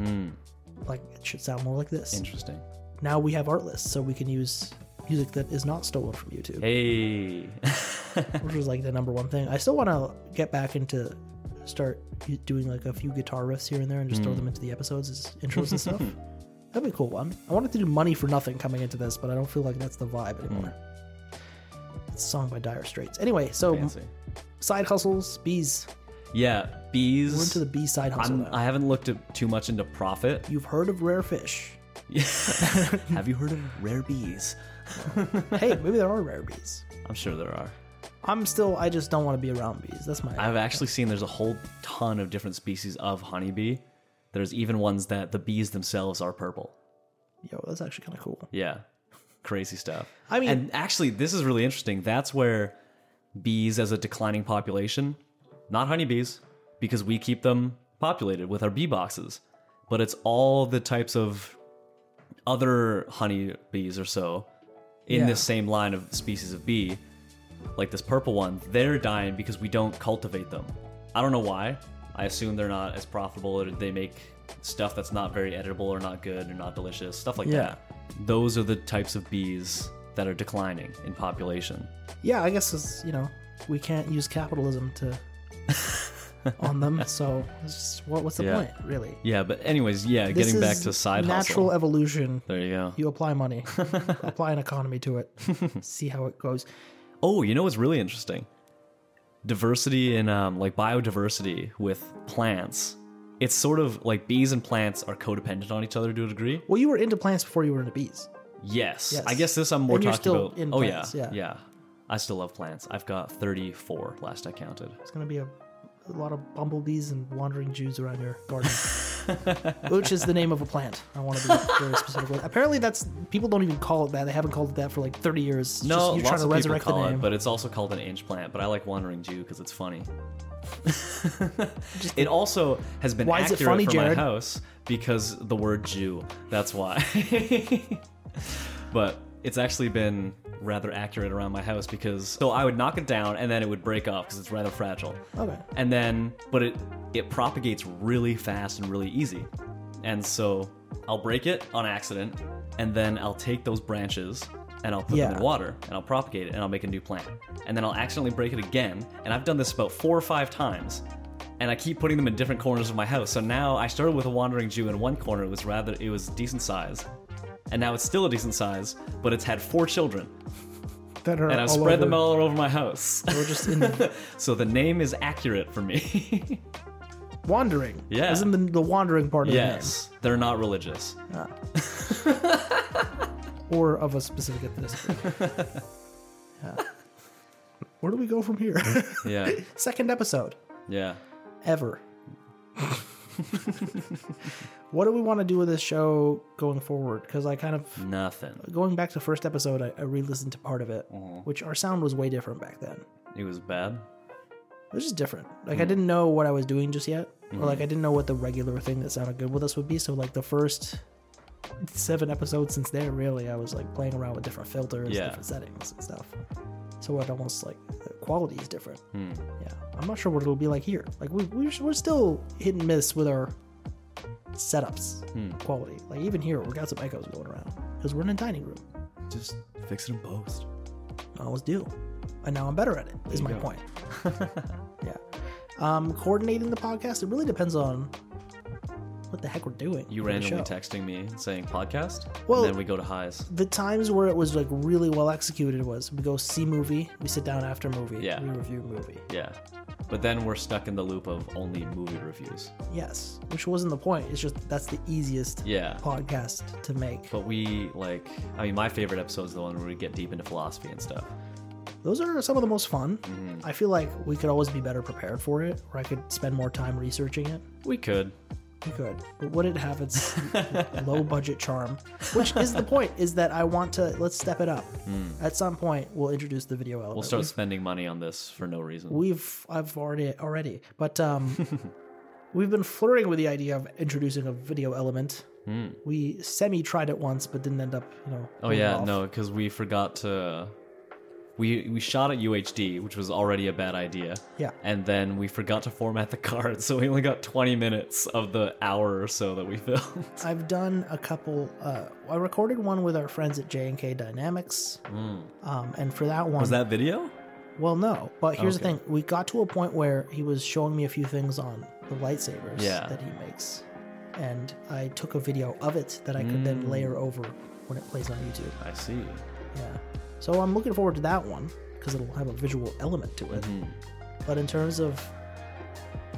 Speaker 2: Like, it should sound more like this.
Speaker 3: Interesting.
Speaker 2: Now we have art lists, so we can use music that is not stolen from YouTube, [LAUGHS]
Speaker 3: Hey.
Speaker 2: which was like the number one thing. I still want to get back into start u- doing like a few guitar riffs here and there and just throw
Speaker 3: Hmm.
Speaker 2: them into the episodes as intros and
Speaker 3: [LAUGHS]
Speaker 2: stuff. That'd be a cool one. I wanted to do Money for Nothing coming into this, but I don't feel like that's the vibe
Speaker 3: Hmm.
Speaker 2: anymore. It's a song by Dire Straits. Anyway, so
Speaker 3: Fancy.
Speaker 2: side hustles, bees.
Speaker 3: Yeah, bees.
Speaker 2: We're into the bee side hustle.
Speaker 3: I'm,
Speaker 2: now.
Speaker 3: I haven't looked at too much
Speaker 2: [LAUGHS]
Speaker 3: into profit. [LAUGHS]
Speaker 2: You've heard of rare fish.
Speaker 3: Have you heard of rare bees?
Speaker 2: Hey, maybe there are rare bees.
Speaker 3: I'm sure there are.
Speaker 2: I'm still, I just don't want to be around bees. That's my.
Speaker 3: I've actually seen there's a whole ton of different species of honeybee. There's even ones that the bees themselves are purple.
Speaker 2: yo, that's actually kind of cool.
Speaker 3: Yeah. [LAUGHS] Crazy stuff.
Speaker 2: I mean-
Speaker 3: and actually, this is really interesting. That's where bees as a declining population, not honeybees, because we keep them populated with our bee boxes, but it's all the types of other honeybees or so in
Speaker 2: Yeah.
Speaker 3: this same line of species of bee, like this purple one, they're dying because we don't cultivate them. I don't know why. I assume they're not as profitable or they make stuff that's not very editable or not good or not delicious, stuff like
Speaker 2: Yeah.
Speaker 3: that. Those are the types of bees that are declining in population.
Speaker 2: Yeah, I guess it's, you know, we can't use capitalism
Speaker 3: [LAUGHS]
Speaker 2: to on them. So it's just, what, what's the
Speaker 3: Yeah.
Speaker 2: point, really?
Speaker 3: Yeah, but anyways, yeah,
Speaker 2: This
Speaker 3: getting back
Speaker 2: is
Speaker 3: to side
Speaker 2: natural
Speaker 3: hustle.
Speaker 2: evolution.
Speaker 3: there you go.
Speaker 2: You apply money,
Speaker 3: [LAUGHS]
Speaker 2: apply an economy to it, see how it goes.
Speaker 3: Oh, you know what's really interesting? Diversity in um, like biodiversity with plants. It's sort of like bees and plants are codependent on each other to a degree.
Speaker 2: Well, you were into plants before you were into bees.
Speaker 3: Yes.
Speaker 2: Yes.
Speaker 3: I guess this I'm more
Speaker 2: And you're
Speaker 3: talking
Speaker 2: still
Speaker 3: about.
Speaker 2: in
Speaker 3: oh
Speaker 2: plants,
Speaker 3: yeah,
Speaker 2: yeah.
Speaker 3: yeah. I still love plants. I've got 34 last I counted.
Speaker 2: It's gonna be a, a lot of bumblebees and wandering Jews around your
Speaker 3: [LAUGHS]
Speaker 2: garden. Which is the name of a plant. I want to be very specific. With. Apparently, that's people don't even call it that. They haven't called it that for like 30 years. It's
Speaker 3: No,
Speaker 2: just, you're
Speaker 3: lots
Speaker 2: trying to
Speaker 3: of people
Speaker 2: resurrect the
Speaker 3: call
Speaker 2: name.
Speaker 3: it, but it's also called an inch plant. But I like Wandering Jew because it's funny. [LAUGHS] it also has been
Speaker 2: Why is it
Speaker 3: accurate
Speaker 2: funny,
Speaker 3: for
Speaker 2: Jared?
Speaker 3: my house because the word Jew. That's why. [LAUGHS] but it's actually been rather accurate around my house because so I would knock it down and then it would break off because it's rather fragile.
Speaker 2: okay.
Speaker 3: and then but it it propagates really fast and really easy and so i'll break it on accident and then i'll take those branches and i'll put them
Speaker 2: Yeah.
Speaker 3: in water and i'll propagate it and i'll make a new plant and then i'll accidentally break it again and i've done this about four or five times and i keep putting them in different corners of my house so now i started with a wandering jew in one corner it was rather it was decent size and now it's still a decent size but it's had four children
Speaker 2: That are
Speaker 3: and i've
Speaker 2: all
Speaker 3: spread them
Speaker 2: over-
Speaker 3: all over my house [LAUGHS]
Speaker 2: We're just in
Speaker 3: so the name is accurate for me [LAUGHS]
Speaker 2: wandering.
Speaker 3: Yeah.
Speaker 2: Isn't the, the wandering part of
Speaker 3: Yes, they're not religious.
Speaker 2: the name, or of a specific ethnicity? yeah.
Speaker 3: [LAUGHS]
Speaker 2: Where do we go from here? [LAUGHS]
Speaker 3: [LAUGHS] Yeah,
Speaker 2: Second episode.
Speaker 3: yeah. [LAUGHS]
Speaker 2: ever. what do we want to do with this show going forward? Because I kind of
Speaker 3: Nothing.
Speaker 2: going back to first episode, I, I re-listened to part of it,
Speaker 3: Mm-hmm.
Speaker 2: which our sound was way different back then.
Speaker 3: It was bad.
Speaker 2: It was just different. Like I didn't know what I was doing just yet, or like I didn't know what the regular thing that sounded good with us would be. So like the first seven episodes since there, really, I was like playing around with different filters,
Speaker 3: Yeah.
Speaker 2: different settings and stuff. So it almost like the quality is different. Yeah, I'm not sure what it'll be like here. Like we we're, we're still hit and miss with our setups quality. Like even here, we got some echoes going around because we're in a dining room.
Speaker 3: Just fix it in post.
Speaker 2: I always do. And now I'm better at it, is my
Speaker 3: go. [LAUGHS]
Speaker 2: point. yeah. Um, coordinating the podcast, it really depends on what the heck we're doing.
Speaker 3: You
Speaker 2: for the
Speaker 3: randomly
Speaker 2: show.
Speaker 3: texting me saying podcast,
Speaker 2: Well-
Speaker 3: and then we go to highs.
Speaker 2: The times where it was like really well executed was we go see movie, we sit down after movie,
Speaker 3: Yeah.
Speaker 2: we review movie.
Speaker 3: Yeah, but then we're stuck in the loop of only movie reviews.
Speaker 2: Yes, which wasn't the point. It's just that's the easiest
Speaker 3: Yeah,
Speaker 2: podcast to make.
Speaker 3: but we like. I mean, my favorite episode is the one where we get deep into philosophy and stuff.
Speaker 2: Those are some of the most fun.
Speaker 3: Mm-hmm.
Speaker 2: I feel like we could always be better prepared for it, or I could spend more time researching it.
Speaker 3: We could.
Speaker 2: We could, but what it have
Speaker 3: [LAUGHS]
Speaker 2: its low budget charm, which is the point. Is that I want to let's step it up. At some point, we'll introduce the video element.
Speaker 3: Hmm. We'll start spending money on this for no reason.
Speaker 2: We've I've already already, but um,
Speaker 3: [LAUGHS]
Speaker 2: we've been flirting with the idea of introducing a video element. We semi tried it once, but didn't end up, you know.
Speaker 3: Hmm. oh
Speaker 2: pulling it
Speaker 3: yeah,
Speaker 2: off.
Speaker 3: no, because we forgot to. We we shot at UHD, which was already a bad idea.
Speaker 2: Yeah.
Speaker 3: And then we forgot to format the [LAUGHS] card, so we only got 20 minutes of the hour or so that we [LAUGHS] filmed.
Speaker 2: I've done a couple. Uh, I recorded one with our friends at J and K Dynamics, um, and for that one,
Speaker 3: Hmm. Was that video?
Speaker 2: well, no. But here's
Speaker 3: Okay.
Speaker 2: the thing: we got to a point where he was showing me a few things on the lightsabers
Speaker 3: Yeah.
Speaker 2: that he makes, and I took a video of it that I could then
Speaker 3: Mm.
Speaker 2: layer over when it plays on YouTube.
Speaker 3: I see.
Speaker 2: Yeah. So I'm looking forward to that one because it'll have a visual element to it.
Speaker 3: Mm-hmm.
Speaker 2: But in terms of,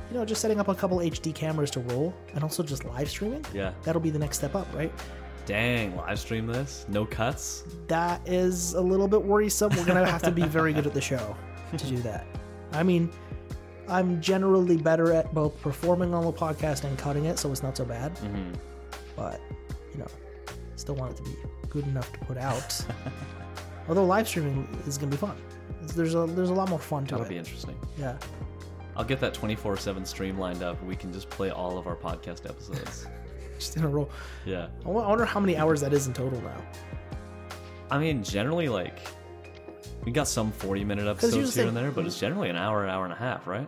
Speaker 2: you know, just setting up a couple HD cameras to roll and also just live streaming,
Speaker 3: Yeah.
Speaker 2: that'll be the next step up, right?
Speaker 3: Dang, live stream this? No cuts?
Speaker 2: That is a little bit worrisome. We're going to have to be very good at the
Speaker 3: [LAUGHS]
Speaker 2: show to do that. I mean, I'm generally better at both performing on the podcast and cutting it, so it's not so bad.
Speaker 3: Mm-hmm.
Speaker 2: But, you know, still want it to be good enough to put
Speaker 3: [LAUGHS]
Speaker 2: out. Although live streaming is going to be fun. It's- There's a there's a lot more fun to
Speaker 3: That'll
Speaker 2: it.
Speaker 3: be interesting.
Speaker 2: yeah. [LAUGHS]
Speaker 3: I'll get that 24 7 stream lined up. We can just play all of our podcast episodes.
Speaker 2: [LAUGHS] Just in a row.
Speaker 3: yeah.
Speaker 2: I wa- I wonder how many hours that is in total now.
Speaker 3: I mean, generally, like, we got some 40 minute
Speaker 2: here's
Speaker 3: episodes here
Speaker 2: the thing.
Speaker 3: and there, but it's generally an hour, an hour and a half, right?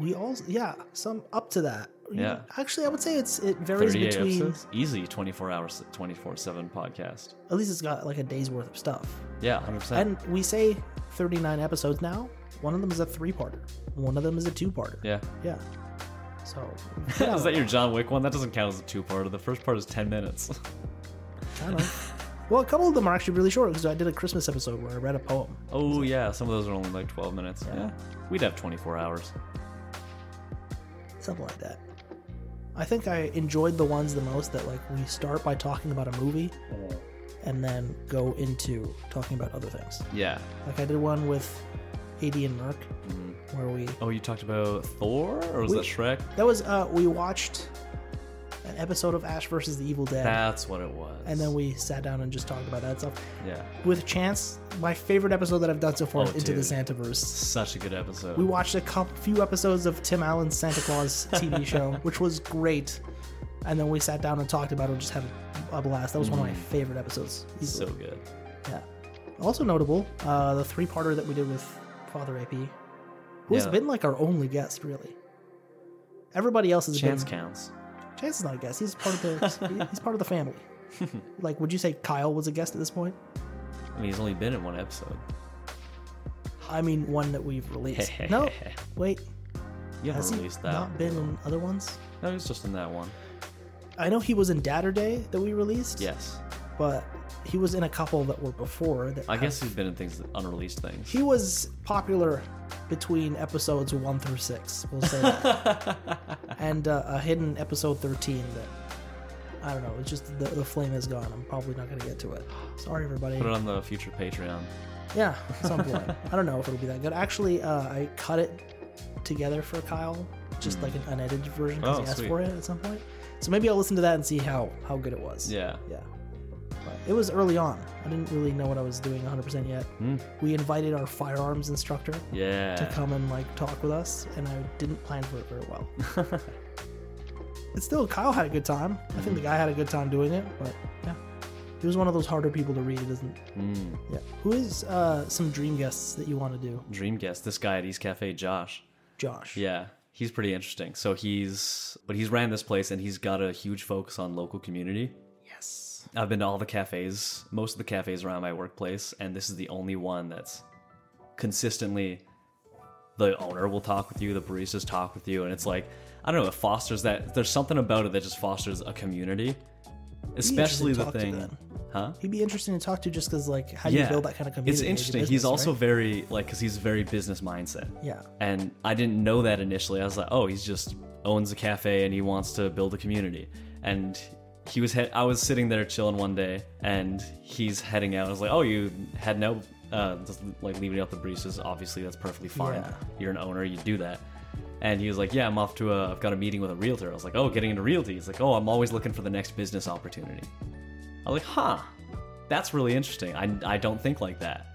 Speaker 2: We all yeah, some up to that.
Speaker 3: Yeah.
Speaker 2: Actually, I would say it's it varies
Speaker 3: 38
Speaker 2: between
Speaker 3: episodes? Easy 24 hours, 24 7 podcast.
Speaker 2: at least it's got like a day's worth of stuff.
Speaker 3: Yeah, 100%.
Speaker 2: And we say 39 episodes now. One of them is a three-parter. One of them is a two-parter.
Speaker 3: yeah.
Speaker 2: Yeah. So
Speaker 3: [LAUGHS] Is that your John Wick one? That doesn't count as a two parter. The first part is 10 minutes. [LAUGHS]
Speaker 2: kind of. Well, a couple of them are actually really short because I did a Christmas episode where I read a poem.
Speaker 3: oh, yeah. Some of those are only like 12 minutes. Yeah.
Speaker 2: Yeah.
Speaker 3: We'd have 24 hours.
Speaker 2: something like that. I think I enjoyed the ones the most that like we start by talking about a movie and then go into talking about other things.
Speaker 3: Yeah.
Speaker 2: Like I did one with AD and Merc where we
Speaker 3: Oh, you talked about Thor? Or was
Speaker 2: We-
Speaker 3: that Shrek?
Speaker 2: that was uh we watched an episode of Ash versus the Evil Dead
Speaker 3: That's what it was.
Speaker 2: and then we sat down and just talked about that stuff.
Speaker 3: Yeah.
Speaker 2: With Chance, my favorite episode that I've done so far is
Speaker 3: Oh,
Speaker 2: Into the
Speaker 3: dude.
Speaker 2: Santaverse.
Speaker 3: Such a good episode.
Speaker 2: We watched a couple, few episodes of Tim Allen's Santa Claus
Speaker 3: [LAUGHS]
Speaker 2: TV show, which was great. And then we sat down and talked about it and just had a blast. That was one of my favorite episodes.
Speaker 3: Mm-hmm. so
Speaker 2: easily.
Speaker 3: good.
Speaker 2: yeah. Also notable, uh, the three parter that we did with Father AP, who has
Speaker 3: Yeah.
Speaker 2: been like our only guest, really. Everybody else has
Speaker 3: Chance
Speaker 2: been.
Speaker 3: counts.
Speaker 2: Chance is not a guest. He's part of
Speaker 3: [LAUGHS]
Speaker 2: the. he's part of the family. Like, would you say Kyle was a guest at this point?
Speaker 3: I mean, he's only been in one episode.
Speaker 2: I mean, one that we've released. no, wait.
Speaker 3: You
Speaker 2: Has
Speaker 3: haven't
Speaker 2: he
Speaker 3: released that.
Speaker 2: not been in other ones?
Speaker 3: No, he's just in that one.
Speaker 2: I know he was in Dadder Day that we released.
Speaker 3: Yes.
Speaker 2: But he was in a couple that were before that.
Speaker 3: I guess he's been in things, unreleased things.
Speaker 2: [LAUGHS] he was popular between episodes one through six. We'll say
Speaker 3: [LAUGHS]
Speaker 2: that. and uh, a hidden episode thirteen that I don't know. It's just the, the flame is gone. I'm probably not going to get to it. Sorry, everybody.
Speaker 3: Put it on the future Patreon.
Speaker 2: Yeah, at some point. [LAUGHS] I don't know if it'll be that good. Actually, uh, I cut it together for Kyle, just like an unedited version because
Speaker 3: Oh,
Speaker 2: he asked
Speaker 3: sweet.
Speaker 2: for it at some point. So maybe I'll listen to that and see how how good it was.
Speaker 3: Yeah.
Speaker 2: Yeah. But it was early on. I didn't really know what I was doing 100% yet. We invited our firearms instructor to
Speaker 3: Yeah.
Speaker 2: come and like talk with us, and I didn't plan for it very
Speaker 3: [LAUGHS]
Speaker 2: well. it's still Kyle had a good time. I think the
Speaker 3: Mm.
Speaker 2: guy had a good time doing it, but yeah, he was one of those harder people to read. It isn't.
Speaker 3: Mm.
Speaker 2: Yeah. Who is uh, some dream guests that you want to do?
Speaker 3: Dream guest. This guy at East Cafe, Josh.
Speaker 2: Josh.
Speaker 3: Yeah, he's pretty interesting. So he's, but he's ran this place and he's got a huge focus on local community.
Speaker 2: Yes.
Speaker 3: I've been to all the cafes, most of the cafes around my workplace, and this is the only one that's consistently the owner will talk with you, the baristas talk with you, and it's like I don't know. It fosters that. There's something about it that just fosters a community, especially
Speaker 2: to
Speaker 3: the
Speaker 2: talk to
Speaker 3: thing,
Speaker 2: them.
Speaker 3: huh?
Speaker 2: He'd be interesting to talk to just because, like, how
Speaker 3: Yeah,
Speaker 2: you build that kind of community.
Speaker 3: it's
Speaker 2: with your
Speaker 3: interesting.
Speaker 2: business,
Speaker 3: he's also
Speaker 2: right?
Speaker 3: very like because he's very business mindset.
Speaker 2: Yeah.
Speaker 3: and I didn't know that initially. I was like, oh, he's just owns a cafe and he wants to build a community. And he was he- I was sitting there chilling one day, and he's heading out. I was like, oh, you had no uh, just, like leaving out the baristas. Obviously, that's perfectly fine.
Speaker 2: Yeah.
Speaker 3: You're an owner, you do that. And he was like, yeah, I'm off to a. I've got a meeting with a realtor. I was like, oh, getting into realty. He's like, oh, I'm always looking for the next business opportunity. I was like, huh, that's really interesting. I I don't think like that.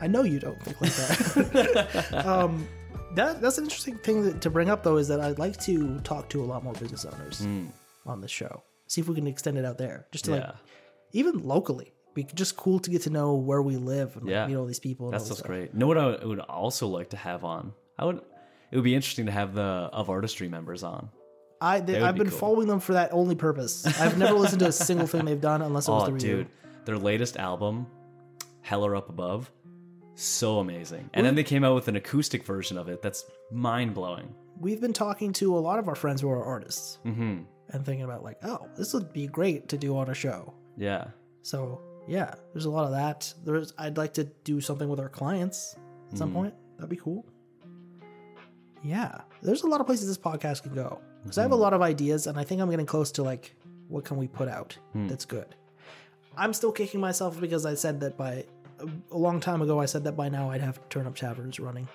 Speaker 2: I know you don't think like that. [LAUGHS] um, that that's an interesting thing that, to bring up though is that I'd like to talk to a lot more business owners on the show. See if we can extend it out there, just to
Speaker 3: Hmm. Yeah.
Speaker 2: like even locally. Be just cool to get to know where we live and like,
Speaker 3: Yeah.
Speaker 2: meet all these people. And all
Speaker 3: That's
Speaker 2: this
Speaker 3: just
Speaker 2: stuff.
Speaker 3: great. Know what I would- would also like to have on? I would. It would be interesting to have the of artistry members on.
Speaker 2: I they,
Speaker 3: would
Speaker 2: I've
Speaker 3: be
Speaker 2: been
Speaker 3: cool.
Speaker 2: following them for that only purpose. I've never listened to a single thing they've done unless it was
Speaker 3: Oh,
Speaker 2: the review.
Speaker 3: dude, their latest album, Heller Up Above, so amazing. And then they came out with an acoustic version of it. That's mind blowing.
Speaker 2: We've been talking to a lot of our friends who are artists
Speaker 3: hmm
Speaker 2: and thinking about like, oh, this would be great to do on a show.
Speaker 3: Yeah.
Speaker 2: So yeah, there's a lot of that. There's I'd like to do something with our clients at some point. That'd be cool. Yeah, there's a lot of places this podcast can go because I have a lot of ideas, and I think I'm getting close to like what can we put out that's good. I'm still kicking myself because I said that by a long time ago. I said that by now I'd have Turnip Taverns running.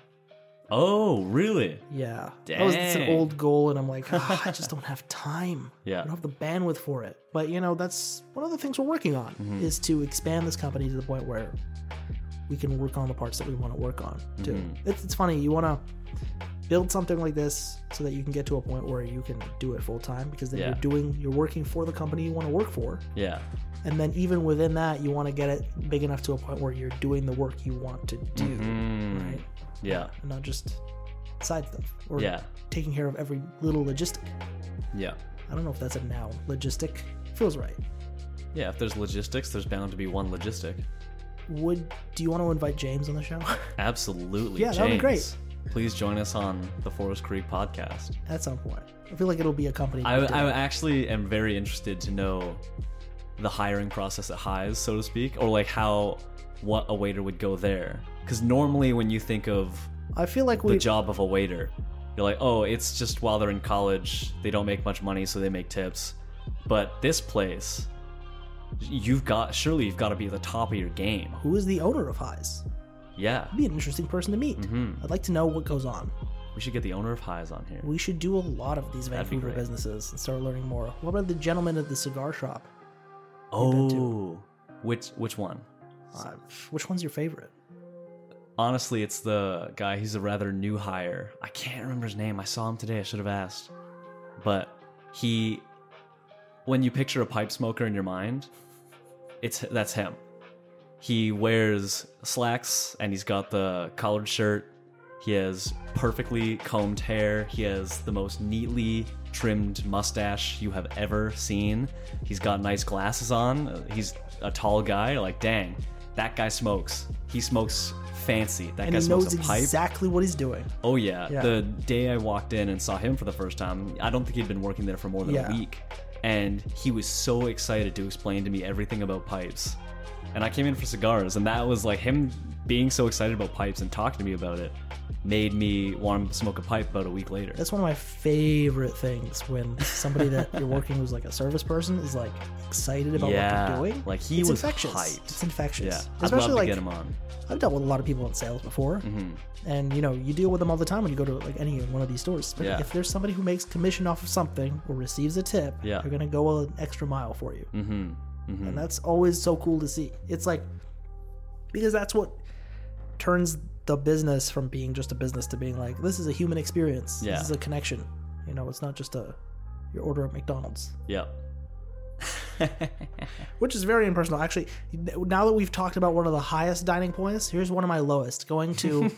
Speaker 3: Oh, really?
Speaker 2: Yeah, that was it's an
Speaker 3: Dang.
Speaker 2: old goal, and I'm like, "Ah, I just don't have time.
Speaker 3: Yeah.
Speaker 2: I don't have the bandwidth for it. But you know, that's one of the things we're working on
Speaker 3: Mm-hmm.
Speaker 2: is to expand this company to the point where we can work on the parts that we want to work on too.
Speaker 3: Mm-hmm.
Speaker 2: It's, it's funny you want to build something like this so that you can get to a point where you can do it full time because then
Speaker 3: Yeah.
Speaker 2: you're doing you're working for the company you want to work for,
Speaker 3: Yeah.
Speaker 2: and then even within that, you want to get it big enough to a point where you're doing the work you want to do,
Speaker 3: Mm.
Speaker 2: right?
Speaker 3: Yeah.
Speaker 2: And not just side stuff or
Speaker 3: Yeah.
Speaker 2: taking care of every little logistic.
Speaker 3: Yeah.
Speaker 2: I don't know if that's a noun. Logistic feels right.
Speaker 3: Yeah. If there's logistics, there's bound to be one logistic.
Speaker 2: Would do you want to invite James on the show? [LAUGHS]
Speaker 3: Absolutely.
Speaker 2: Yeah, that'd be great.
Speaker 3: James, Please join us on the Forest Creek podcast.
Speaker 2: At some point, I feel like it'll be a company.
Speaker 3: I,
Speaker 2: we do.
Speaker 3: I actually am very interested to know the hiring process at Highs, so to speak, or like how what a waiter would go there. Because normally, when you think of
Speaker 2: I feel like
Speaker 3: the
Speaker 2: we.
Speaker 3: job of a waiter, you're like, oh, it's just while they're in college, they don't make much money, so they make tips. But this place, you've got surely you've got to be at the top of your game.
Speaker 2: who is the owner of Highs?
Speaker 3: Yeah,
Speaker 2: Be an interesting person to meet.
Speaker 3: Mm-hmm.
Speaker 2: I'd like to know what goes on.
Speaker 3: we should get the owner of Highs on here.
Speaker 2: We should do a lot of these
Speaker 3: That'd be
Speaker 2: Vancouver
Speaker 3: great.
Speaker 2: businesses and start learning more. What about the gentleman at the cigar shop?
Speaker 3: Oh, which which one?
Speaker 2: Uh, which one's your favorite?
Speaker 3: Honestly, it's the guy. He's a rather new hire. I can't remember his name. I saw him today. I should have asked. But he, when you picture a pipe smoker in your mind, it's that's him. He wears slacks and he's got the collared shirt. He has perfectly combed hair. He has the most neatly trimmed mustache you have ever seen. He's got nice glasses on. Uh, He's a tall guy. Like, dang, that guy smokes. He smokes fancy. That
Speaker 2: And
Speaker 3: guy
Speaker 2: he
Speaker 3: smokes
Speaker 2: knows
Speaker 3: a pipe.
Speaker 2: exactly what he's doing.
Speaker 3: Oh yeah.
Speaker 2: Yeah.
Speaker 3: The day I walked in and saw him for the first time, I don't think he'd been working there for more than
Speaker 2: Yeah.
Speaker 3: a week. And he was so excited to explain to me everything about pipes. And I came in for cigars, and that was like him being so excited about pipes and talking to me about it made me want to smoke a pipe about a week later.
Speaker 2: That's one of my favorite things when somebody that you're working who's like a service person is like excited about
Speaker 3: Yeah,
Speaker 2: what they're doing.
Speaker 3: like, he
Speaker 2: it's
Speaker 3: was
Speaker 2: infectious.
Speaker 3: hyped.
Speaker 2: It's infectious.
Speaker 3: yeah. I'd love
Speaker 2: Especially
Speaker 3: to
Speaker 2: like
Speaker 3: get him on.
Speaker 2: I've dealt with a lot of people in sales before,
Speaker 3: Mm-hmm.
Speaker 2: and you know you deal with them all the time when you go to like any one of these stores. But
Speaker 3: Yeah.
Speaker 2: if there's somebody who makes commission off of something or receives a tip,
Speaker 3: Yeah.
Speaker 2: they're gonna go an extra mile for you,
Speaker 3: Mm-hmm. Mm-hmm.
Speaker 2: and that's always so cool to see. It's like because that's what turns the business from being just a business to being like this is a human experience.
Speaker 3: Yeah.
Speaker 2: This is a connection. You know, it's not just a your order at McDonald's,
Speaker 3: Yep.
Speaker 2: which is very impersonal. Actually, now that we've talked about one of the highest dining points, here's one of my lowest. Going to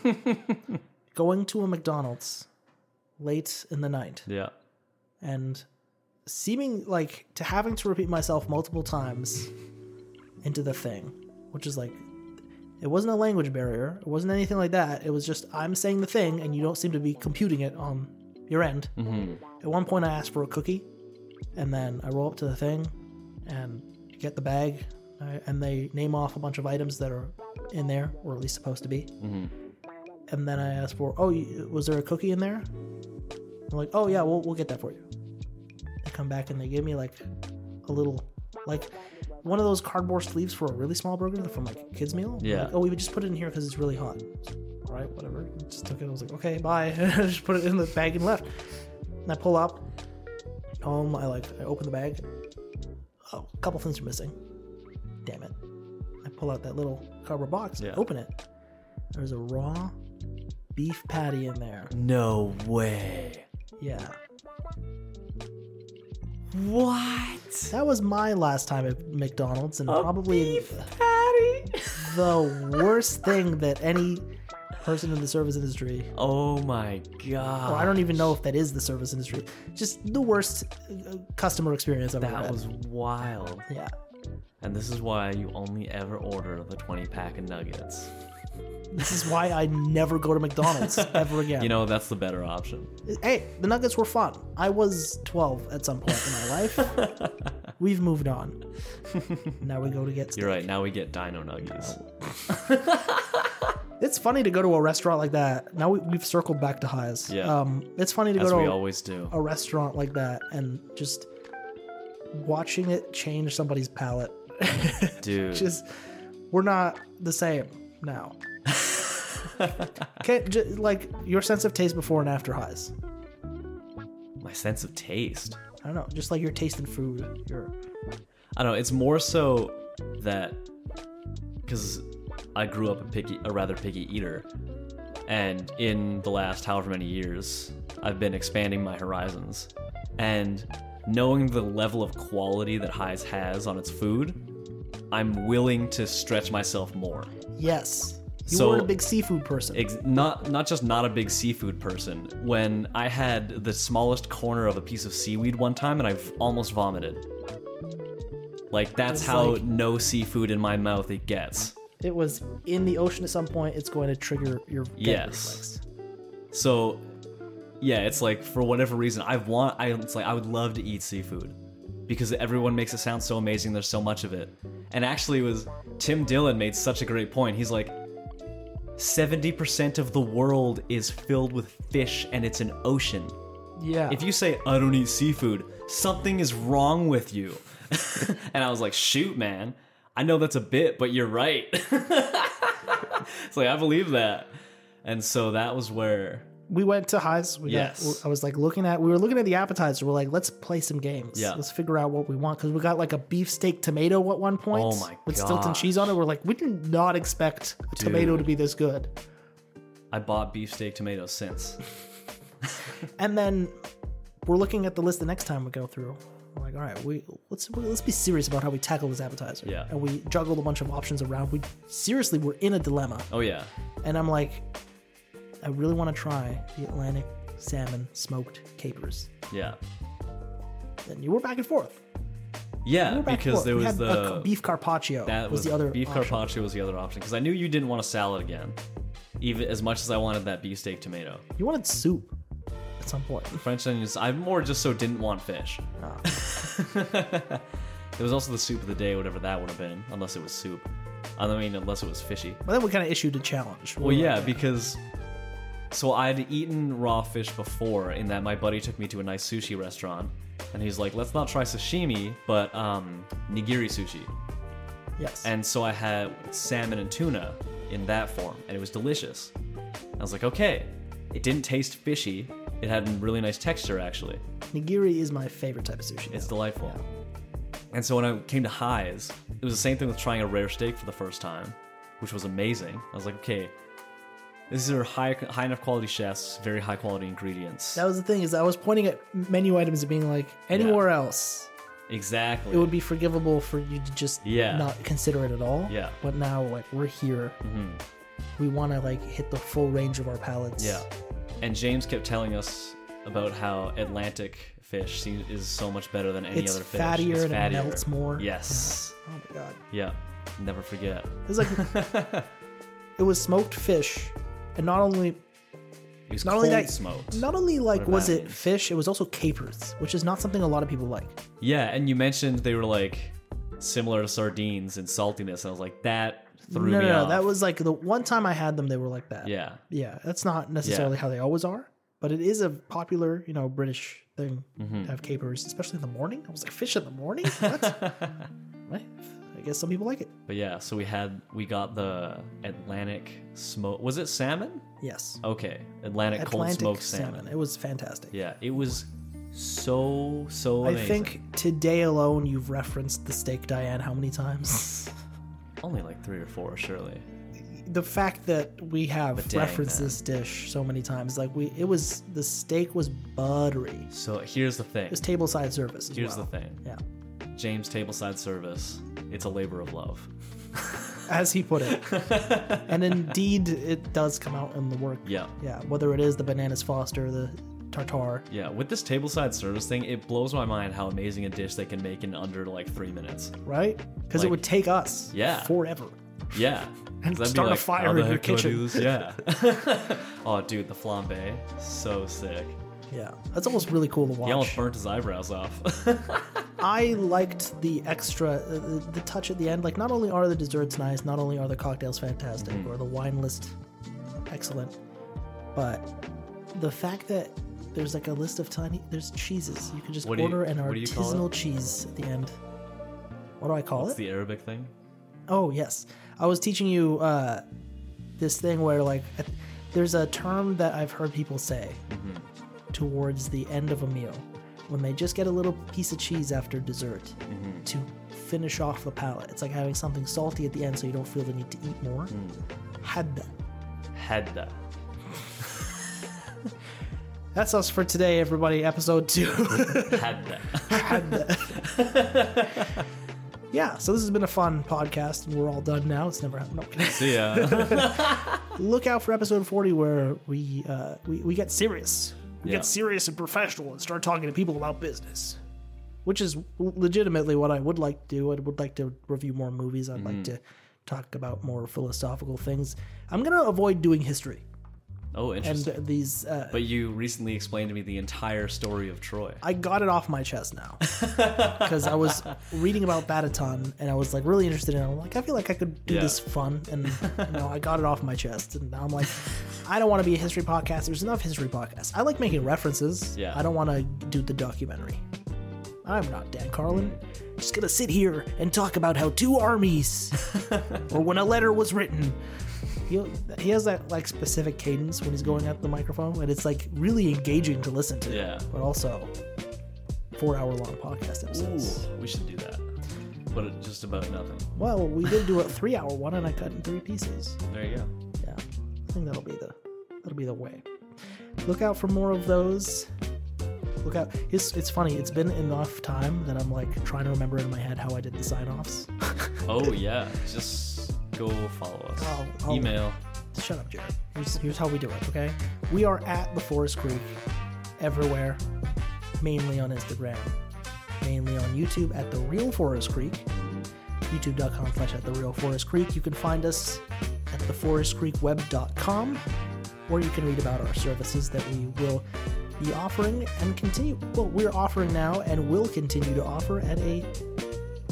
Speaker 2: going to a McDonald's late in the night
Speaker 3: Yeah.
Speaker 2: and seeming like to having to repeat myself multiple times into the thing, which is like it wasn't a language barrier, it wasn't anything like that. It was just I'm saying the thing and you don't seem to be computing it on your end. At one point, I asked for a cookie, and then I roll up to the thing and get the bag, uh, and they name off a bunch of items that are in there, or at least supposed to be. And then I asked for, oh, you- was there a cookie in there? They're like, oh yeah, we'll, we'll get that for you. They come back and they give me like a little, like one of those cardboard sleeves for a really small burger from like kids meal.
Speaker 3: Yeah.
Speaker 2: Like, oh, we would just put it in here because it's really hot. All right, whatever. Just took it. I was like, okay, bye. [LAUGHS] I just put it in the bag and left. And I pull up home. I Oh like, I open the bag. Oh, a couple things are missing. Damn it. I pull out that little cardboard box.
Speaker 3: Yeah.
Speaker 2: and Open it. There's a raw beef patty in there.
Speaker 3: No way.
Speaker 2: Yeah.
Speaker 3: What?
Speaker 2: That was my last time at McDonald's and probably
Speaker 3: patty. [LAUGHS]
Speaker 2: the worst thing that any person in the service industry
Speaker 3: Oh my
Speaker 2: or
Speaker 3: god.
Speaker 2: I don't even know if that is the service industry. Just the worst uh, customer experience I've ever
Speaker 3: that
Speaker 2: had.
Speaker 3: was wild.
Speaker 2: yeah.
Speaker 3: And this is why you only ever order the 20 pack of nuggets.
Speaker 2: This is why I never go to
Speaker 3: [LAUGHS]
Speaker 2: McDonald's ever again.
Speaker 3: You know, that's the better option.
Speaker 2: hey, the nuggets were fun. I was 12 at some point in my life.
Speaker 3: [LAUGHS]
Speaker 2: We've moved on. Now we go to get steak.
Speaker 3: You're right. Now we get dino nuggies.
Speaker 2: It's funny to go to a restaurant like that. Now we, we've circled back to highs.
Speaker 3: Yeah.
Speaker 2: Um, it's funny to
Speaker 3: As
Speaker 2: go
Speaker 3: we
Speaker 2: to a,
Speaker 3: always do.
Speaker 2: a restaurant like that and just watching it change somebody's palate.
Speaker 3: Dude.
Speaker 2: just we're not the same
Speaker 3: [LAUGHS]
Speaker 2: now. Can't ju- like your sense of taste before and after highs.
Speaker 3: my sense of taste.
Speaker 2: I don't know, just like your taste in food. Your
Speaker 3: I don't know. It's more so that because I grew up a picky, a rather picky eater, and in the last however many years, I've been expanding my horizons, and knowing the level of quality that Highs has on its food, I'm willing to stretch myself more.
Speaker 2: yes, you
Speaker 3: So-
Speaker 2: weren't a big seafood person.
Speaker 3: Ex- not not just not a big seafood person. When I had the smallest corner of a piece of seaweed one time, and I v- almost vomited. Like that's
Speaker 2: It's
Speaker 3: how
Speaker 2: like-
Speaker 3: no seafood in my mouth it gets.
Speaker 2: it was in the ocean at some point. It's going to trigger your gag
Speaker 3: Yes.
Speaker 2: reflex.
Speaker 3: So, yeah, it's like for whatever reason, I want. I it's like I would love to eat seafood because everyone makes it sound so amazing. There's so much of it, and actually, it was Tim Dillon made such a great point. He's like. 70% of the world is filled with fish and it's an ocean.
Speaker 2: Yeah.
Speaker 3: If you say I don't eat seafood, something is wrong with you. [LAUGHS] and I was like, shoot, man, I know that's a bit, but you're right. [LAUGHS] it's like I believe that. And so that was where,
Speaker 2: we went to highs. We
Speaker 3: Yes.
Speaker 2: Got, I was like looking at. We were looking at the appetizer. We're like, let's play some games.
Speaker 3: Yeah.
Speaker 2: Let's figure out what we want because we got like a beefsteak tomato at one point.
Speaker 3: Oh my
Speaker 2: With Stilton
Speaker 3: gosh.
Speaker 2: cheese on it. We're like, we did not expect a tomato
Speaker 3: Dude.
Speaker 2: to be this good.
Speaker 3: I bought beefsteak tomatoes since.
Speaker 2: And then we're looking at the list the next time we go through. We're like, all right, we let's let's be serious about how we tackle this appetizer.
Speaker 3: Yeah.
Speaker 2: And we juggled a bunch of options around. We seriously were in a dilemma.
Speaker 3: Oh, yeah.
Speaker 2: And I'm like, I really want to try the Atlantic salmon smoked capers.
Speaker 3: Yeah.
Speaker 2: And you were back and forth.
Speaker 3: Yeah,
Speaker 2: We're back
Speaker 3: because
Speaker 2: and forth.
Speaker 3: there
Speaker 2: We had
Speaker 3: was
Speaker 2: a
Speaker 3: the.
Speaker 2: c- beef carpaccio.
Speaker 3: that
Speaker 2: was, the other
Speaker 3: beef
Speaker 2: option.
Speaker 3: carpaccio was the other option because I knew you didn't want a salad again, even as much as I wanted that beefsteak tomato.
Speaker 2: You wanted soup at some point.
Speaker 3: French onions. I more just so didn't want fish.
Speaker 2: Ah.
Speaker 3: [LAUGHS] there was also the soup of the day, whatever that would have been, unless it was soup. I mean, unless it was fishy.
Speaker 2: But then we kind of issued a challenge. We
Speaker 3: Well,
Speaker 2: were
Speaker 3: yeah,
Speaker 2: like,
Speaker 3: because so I'd eaten raw fish before, in that my buddy took me to a nice sushi restaurant, and he's like, "Let's not try sashimi, but um, nigiri sushi."
Speaker 2: yes.
Speaker 3: And so I had salmon and tuna in that form, and it was delicious. I was like, "Okay." It didn't taste fishy. It had a really nice texture, actually.
Speaker 2: nigiri is my favorite type of sushi.
Speaker 3: It's
Speaker 2: now.
Speaker 3: delightful. And so when I came to highs, it was the same thing with trying a rare steak for the first time, which was amazing. I was like, okay, these are high, high enough quality chefs, very high quality ingredients.
Speaker 2: that was the thing is I was pointing at menu items and being like, anywhere else,
Speaker 3: exactly.
Speaker 2: it would be forgivable for you to just
Speaker 3: Yeah.
Speaker 2: not consider it at all.
Speaker 3: Yeah. Mm-hmm.
Speaker 2: But now, like, we're here. We want to like hit the full range of our palates.
Speaker 3: yeah. And James kept telling us about how Atlantic fish se- is so much better than any
Speaker 2: It's
Speaker 3: other fish.
Speaker 2: fattier and it melts more.
Speaker 3: Yes.
Speaker 2: Oh my god.
Speaker 3: Yeah. Never forget. [LAUGHS]
Speaker 2: It was like it was smoked fish, and not only
Speaker 3: It was
Speaker 2: Not
Speaker 3: cold
Speaker 2: only that,
Speaker 3: smoked.
Speaker 2: not only like
Speaker 3: Whatever
Speaker 2: was
Speaker 3: that
Speaker 2: it
Speaker 3: means.
Speaker 2: fish, it was also capers, which is not something a lot of people like.
Speaker 3: Yeah, and you mentioned they were like similar to sardines in saltiness. I was like, that threw
Speaker 2: no,
Speaker 3: me
Speaker 2: no, no,
Speaker 3: off.
Speaker 2: that was like the one time I had them, they were like that.
Speaker 3: yeah,
Speaker 2: yeah, that's not necessarily how they always are, but it is a popular, you know, British thing
Speaker 3: Mm-hmm.
Speaker 2: to have capers, especially in the morning. I was like, fish in the
Speaker 3: [LAUGHS]
Speaker 2: morning? What? Eh, I guess some people like it.
Speaker 3: but yeah. So we had we got the Atlantic smoke. Was it salmon?
Speaker 2: Yes,
Speaker 3: Okay, Atlantic, cold
Speaker 2: Atlantic
Speaker 3: smoked
Speaker 2: salmon.
Speaker 3: salmon.
Speaker 2: It was fantastic.
Speaker 3: Yeah, it was so so. Amazing.
Speaker 2: I think today alone you've referenced the steak Diane how many
Speaker 3: [LAUGHS]
Speaker 2: times?
Speaker 3: only like three or four, surely.
Speaker 2: the fact that we have
Speaker 3: dang,
Speaker 2: referenced
Speaker 3: man.
Speaker 2: this dish so many times, like we, it was the steak was buttery. It
Speaker 3: So here's the thing.
Speaker 2: was tableside service. As
Speaker 3: Here's
Speaker 2: well.
Speaker 3: the thing.
Speaker 2: Yeah,
Speaker 3: James tableside service. It's a labor of love.
Speaker 2: as he put
Speaker 3: [LAUGHS]
Speaker 2: it, and indeed it does come out in the work.
Speaker 3: Yeah.
Speaker 2: yeah. Whether it is the bananas Foster, the tartar,
Speaker 3: Yeah, with this tableside service thing, it blows my mind how amazing a dish they can make in under like three minutes.
Speaker 2: right? Because it
Speaker 3: Like-
Speaker 2: would take us
Speaker 3: Yeah.
Speaker 2: forever.
Speaker 3: Yeah.
Speaker 2: [LAUGHS] And
Speaker 3: 'Cause I'd be
Speaker 2: start a
Speaker 3: like,
Speaker 2: fire
Speaker 3: "How the
Speaker 2: in your
Speaker 3: heck do I do
Speaker 2: kitchen."
Speaker 3: this?"
Speaker 2: [LAUGHS]
Speaker 3: Yeah. [LAUGHS] oh, dude, the flambe, so sick.
Speaker 2: Yeah, that's almost really cool to watch.
Speaker 3: He almost burnt his eyebrows off. [LAUGHS]
Speaker 2: I liked the extra, uh, the, the touch at the end. Like, not only are the desserts nice, not only are the cocktails fantastic,
Speaker 3: Mm-hmm.
Speaker 2: or the wine list excellent, but the fact that there's like a list of tiny, there's cheeses. You can just
Speaker 3: What do you-
Speaker 2: order an
Speaker 3: what do you call it?
Speaker 2: artisanal cheese at the end. What do I call
Speaker 3: What's
Speaker 2: it?
Speaker 3: the Arabic thing?
Speaker 2: Oh yes, I was teaching you uh, this thing where like at- there's a term that I've heard people say towards the end of a meal when they just get a little piece of cheese after dessert to finish off the palate. It's like having something salty at the end so you don't feel the need to eat more. Had that.
Speaker 3: Hadda.
Speaker 2: That's us for today, everybody. Episode two. [LAUGHS]
Speaker 3: [LAUGHS] Hadda.
Speaker 2: yeah. So this has been a fun podcast, and we're all done now. It's never happened. No. [LAUGHS]
Speaker 3: See ya.
Speaker 2: look out for episode 40 where we uh we, we get serious we
Speaker 3: Yeah.
Speaker 2: get serious and professional and start talking to people about business which is legitimately what i would like to do i would like to review more movies i'd like to talk about more philosophical things i'm gonna avoid doing history
Speaker 3: Oh,
Speaker 2: and
Speaker 3: interesting.
Speaker 2: these uh,
Speaker 3: but you recently explained to me the entire story
Speaker 2: [LAUGHS]
Speaker 3: of Troy.
Speaker 2: I got it off my chest
Speaker 3: [LAUGHS]
Speaker 2: now because I was reading about that a ton, and I was like really interested in. it. I'm like, I feel like I could do
Speaker 3: Yeah.
Speaker 2: this fun, and
Speaker 3: [LAUGHS]
Speaker 2: you know, I got it off my chest, and now I'm like, I don't want to be a history podcast. There's enough history podcasts. I like making references.
Speaker 3: Yeah.
Speaker 2: I don't want to do the documentary. I'm not Dan Carlin. just gonna sit here and talk about how two
Speaker 3: [LAUGHS]
Speaker 2: armies, or when a letter was written. He, he has that like specific cadence when he's going at the microphone, and it's like really engaging to listen to
Speaker 3: Yeah.
Speaker 2: but also four hour long podcast
Speaker 3: Ooh,
Speaker 2: episodes.
Speaker 3: we should do that. But it- just about nothing.
Speaker 2: Well, we did do a three hour one, and I cut in three pieces.
Speaker 3: There you go.
Speaker 2: Yeah, I think that'll be the that'll be the way. Look out for more of those. Look out. It's it's funny. It's been enough time that I'm like trying to remember in my head how I did the sign [LAUGHS] offs.
Speaker 3: Oh yeah, just go follow us.
Speaker 2: I'll- I'll-
Speaker 3: Email.
Speaker 2: Shut up, Jared. Here's, here's how we do it, okay? We are at the Forest Creek everywhere, mainly on Instagram, mainly on YouTube at the Real Forest Creek, youtube.com slash at the Real Forest Creek. You can find us at theforestcreekweb.com, where you can read about our services that we will be offering and continue. Well, we're offering now and will continue to offer at a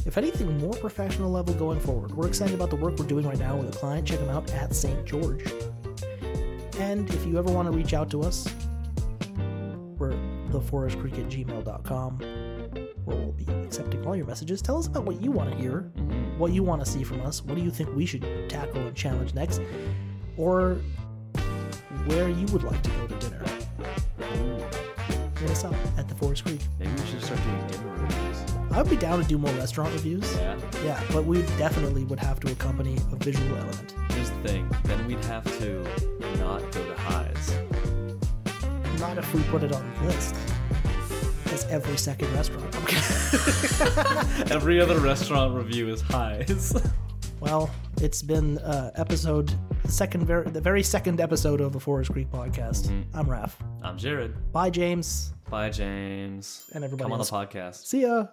Speaker 2: if anything, more professional level going forward. We're excited about the work we're doing right now with a client. Check them out at St. George. And if you ever want to reach out to us, we're theforestcreek at gmail.com, where we'll be accepting all your messages. Tell us about what you want to hear, what you want to see from us, what do you think we should tackle and challenge next, or where you would like to go to dinner. Hit us up at the Forest Creek.
Speaker 3: Maybe we should start doing dinner reviews.
Speaker 2: I would be down to do more restaurant reviews.
Speaker 3: Yeah.
Speaker 2: Yeah, but we definitely would have to accompany a visual element.
Speaker 3: Here's the thing. Then we'd have to not go to highs.
Speaker 2: Not if we put it on the list. As every second restaurant. Okay.
Speaker 3: [LAUGHS] Every other restaurant review is highs.
Speaker 2: [LAUGHS] Well, it's been uh, episode second, ver- the very second episode of the Forest Creek podcast. I'm Raph.
Speaker 3: [LAUGHS] I'm Jared.
Speaker 2: Bye, James,
Speaker 3: Bye, James.
Speaker 2: and everybody
Speaker 3: Come on
Speaker 2: else.
Speaker 3: the podcast.
Speaker 2: See ya.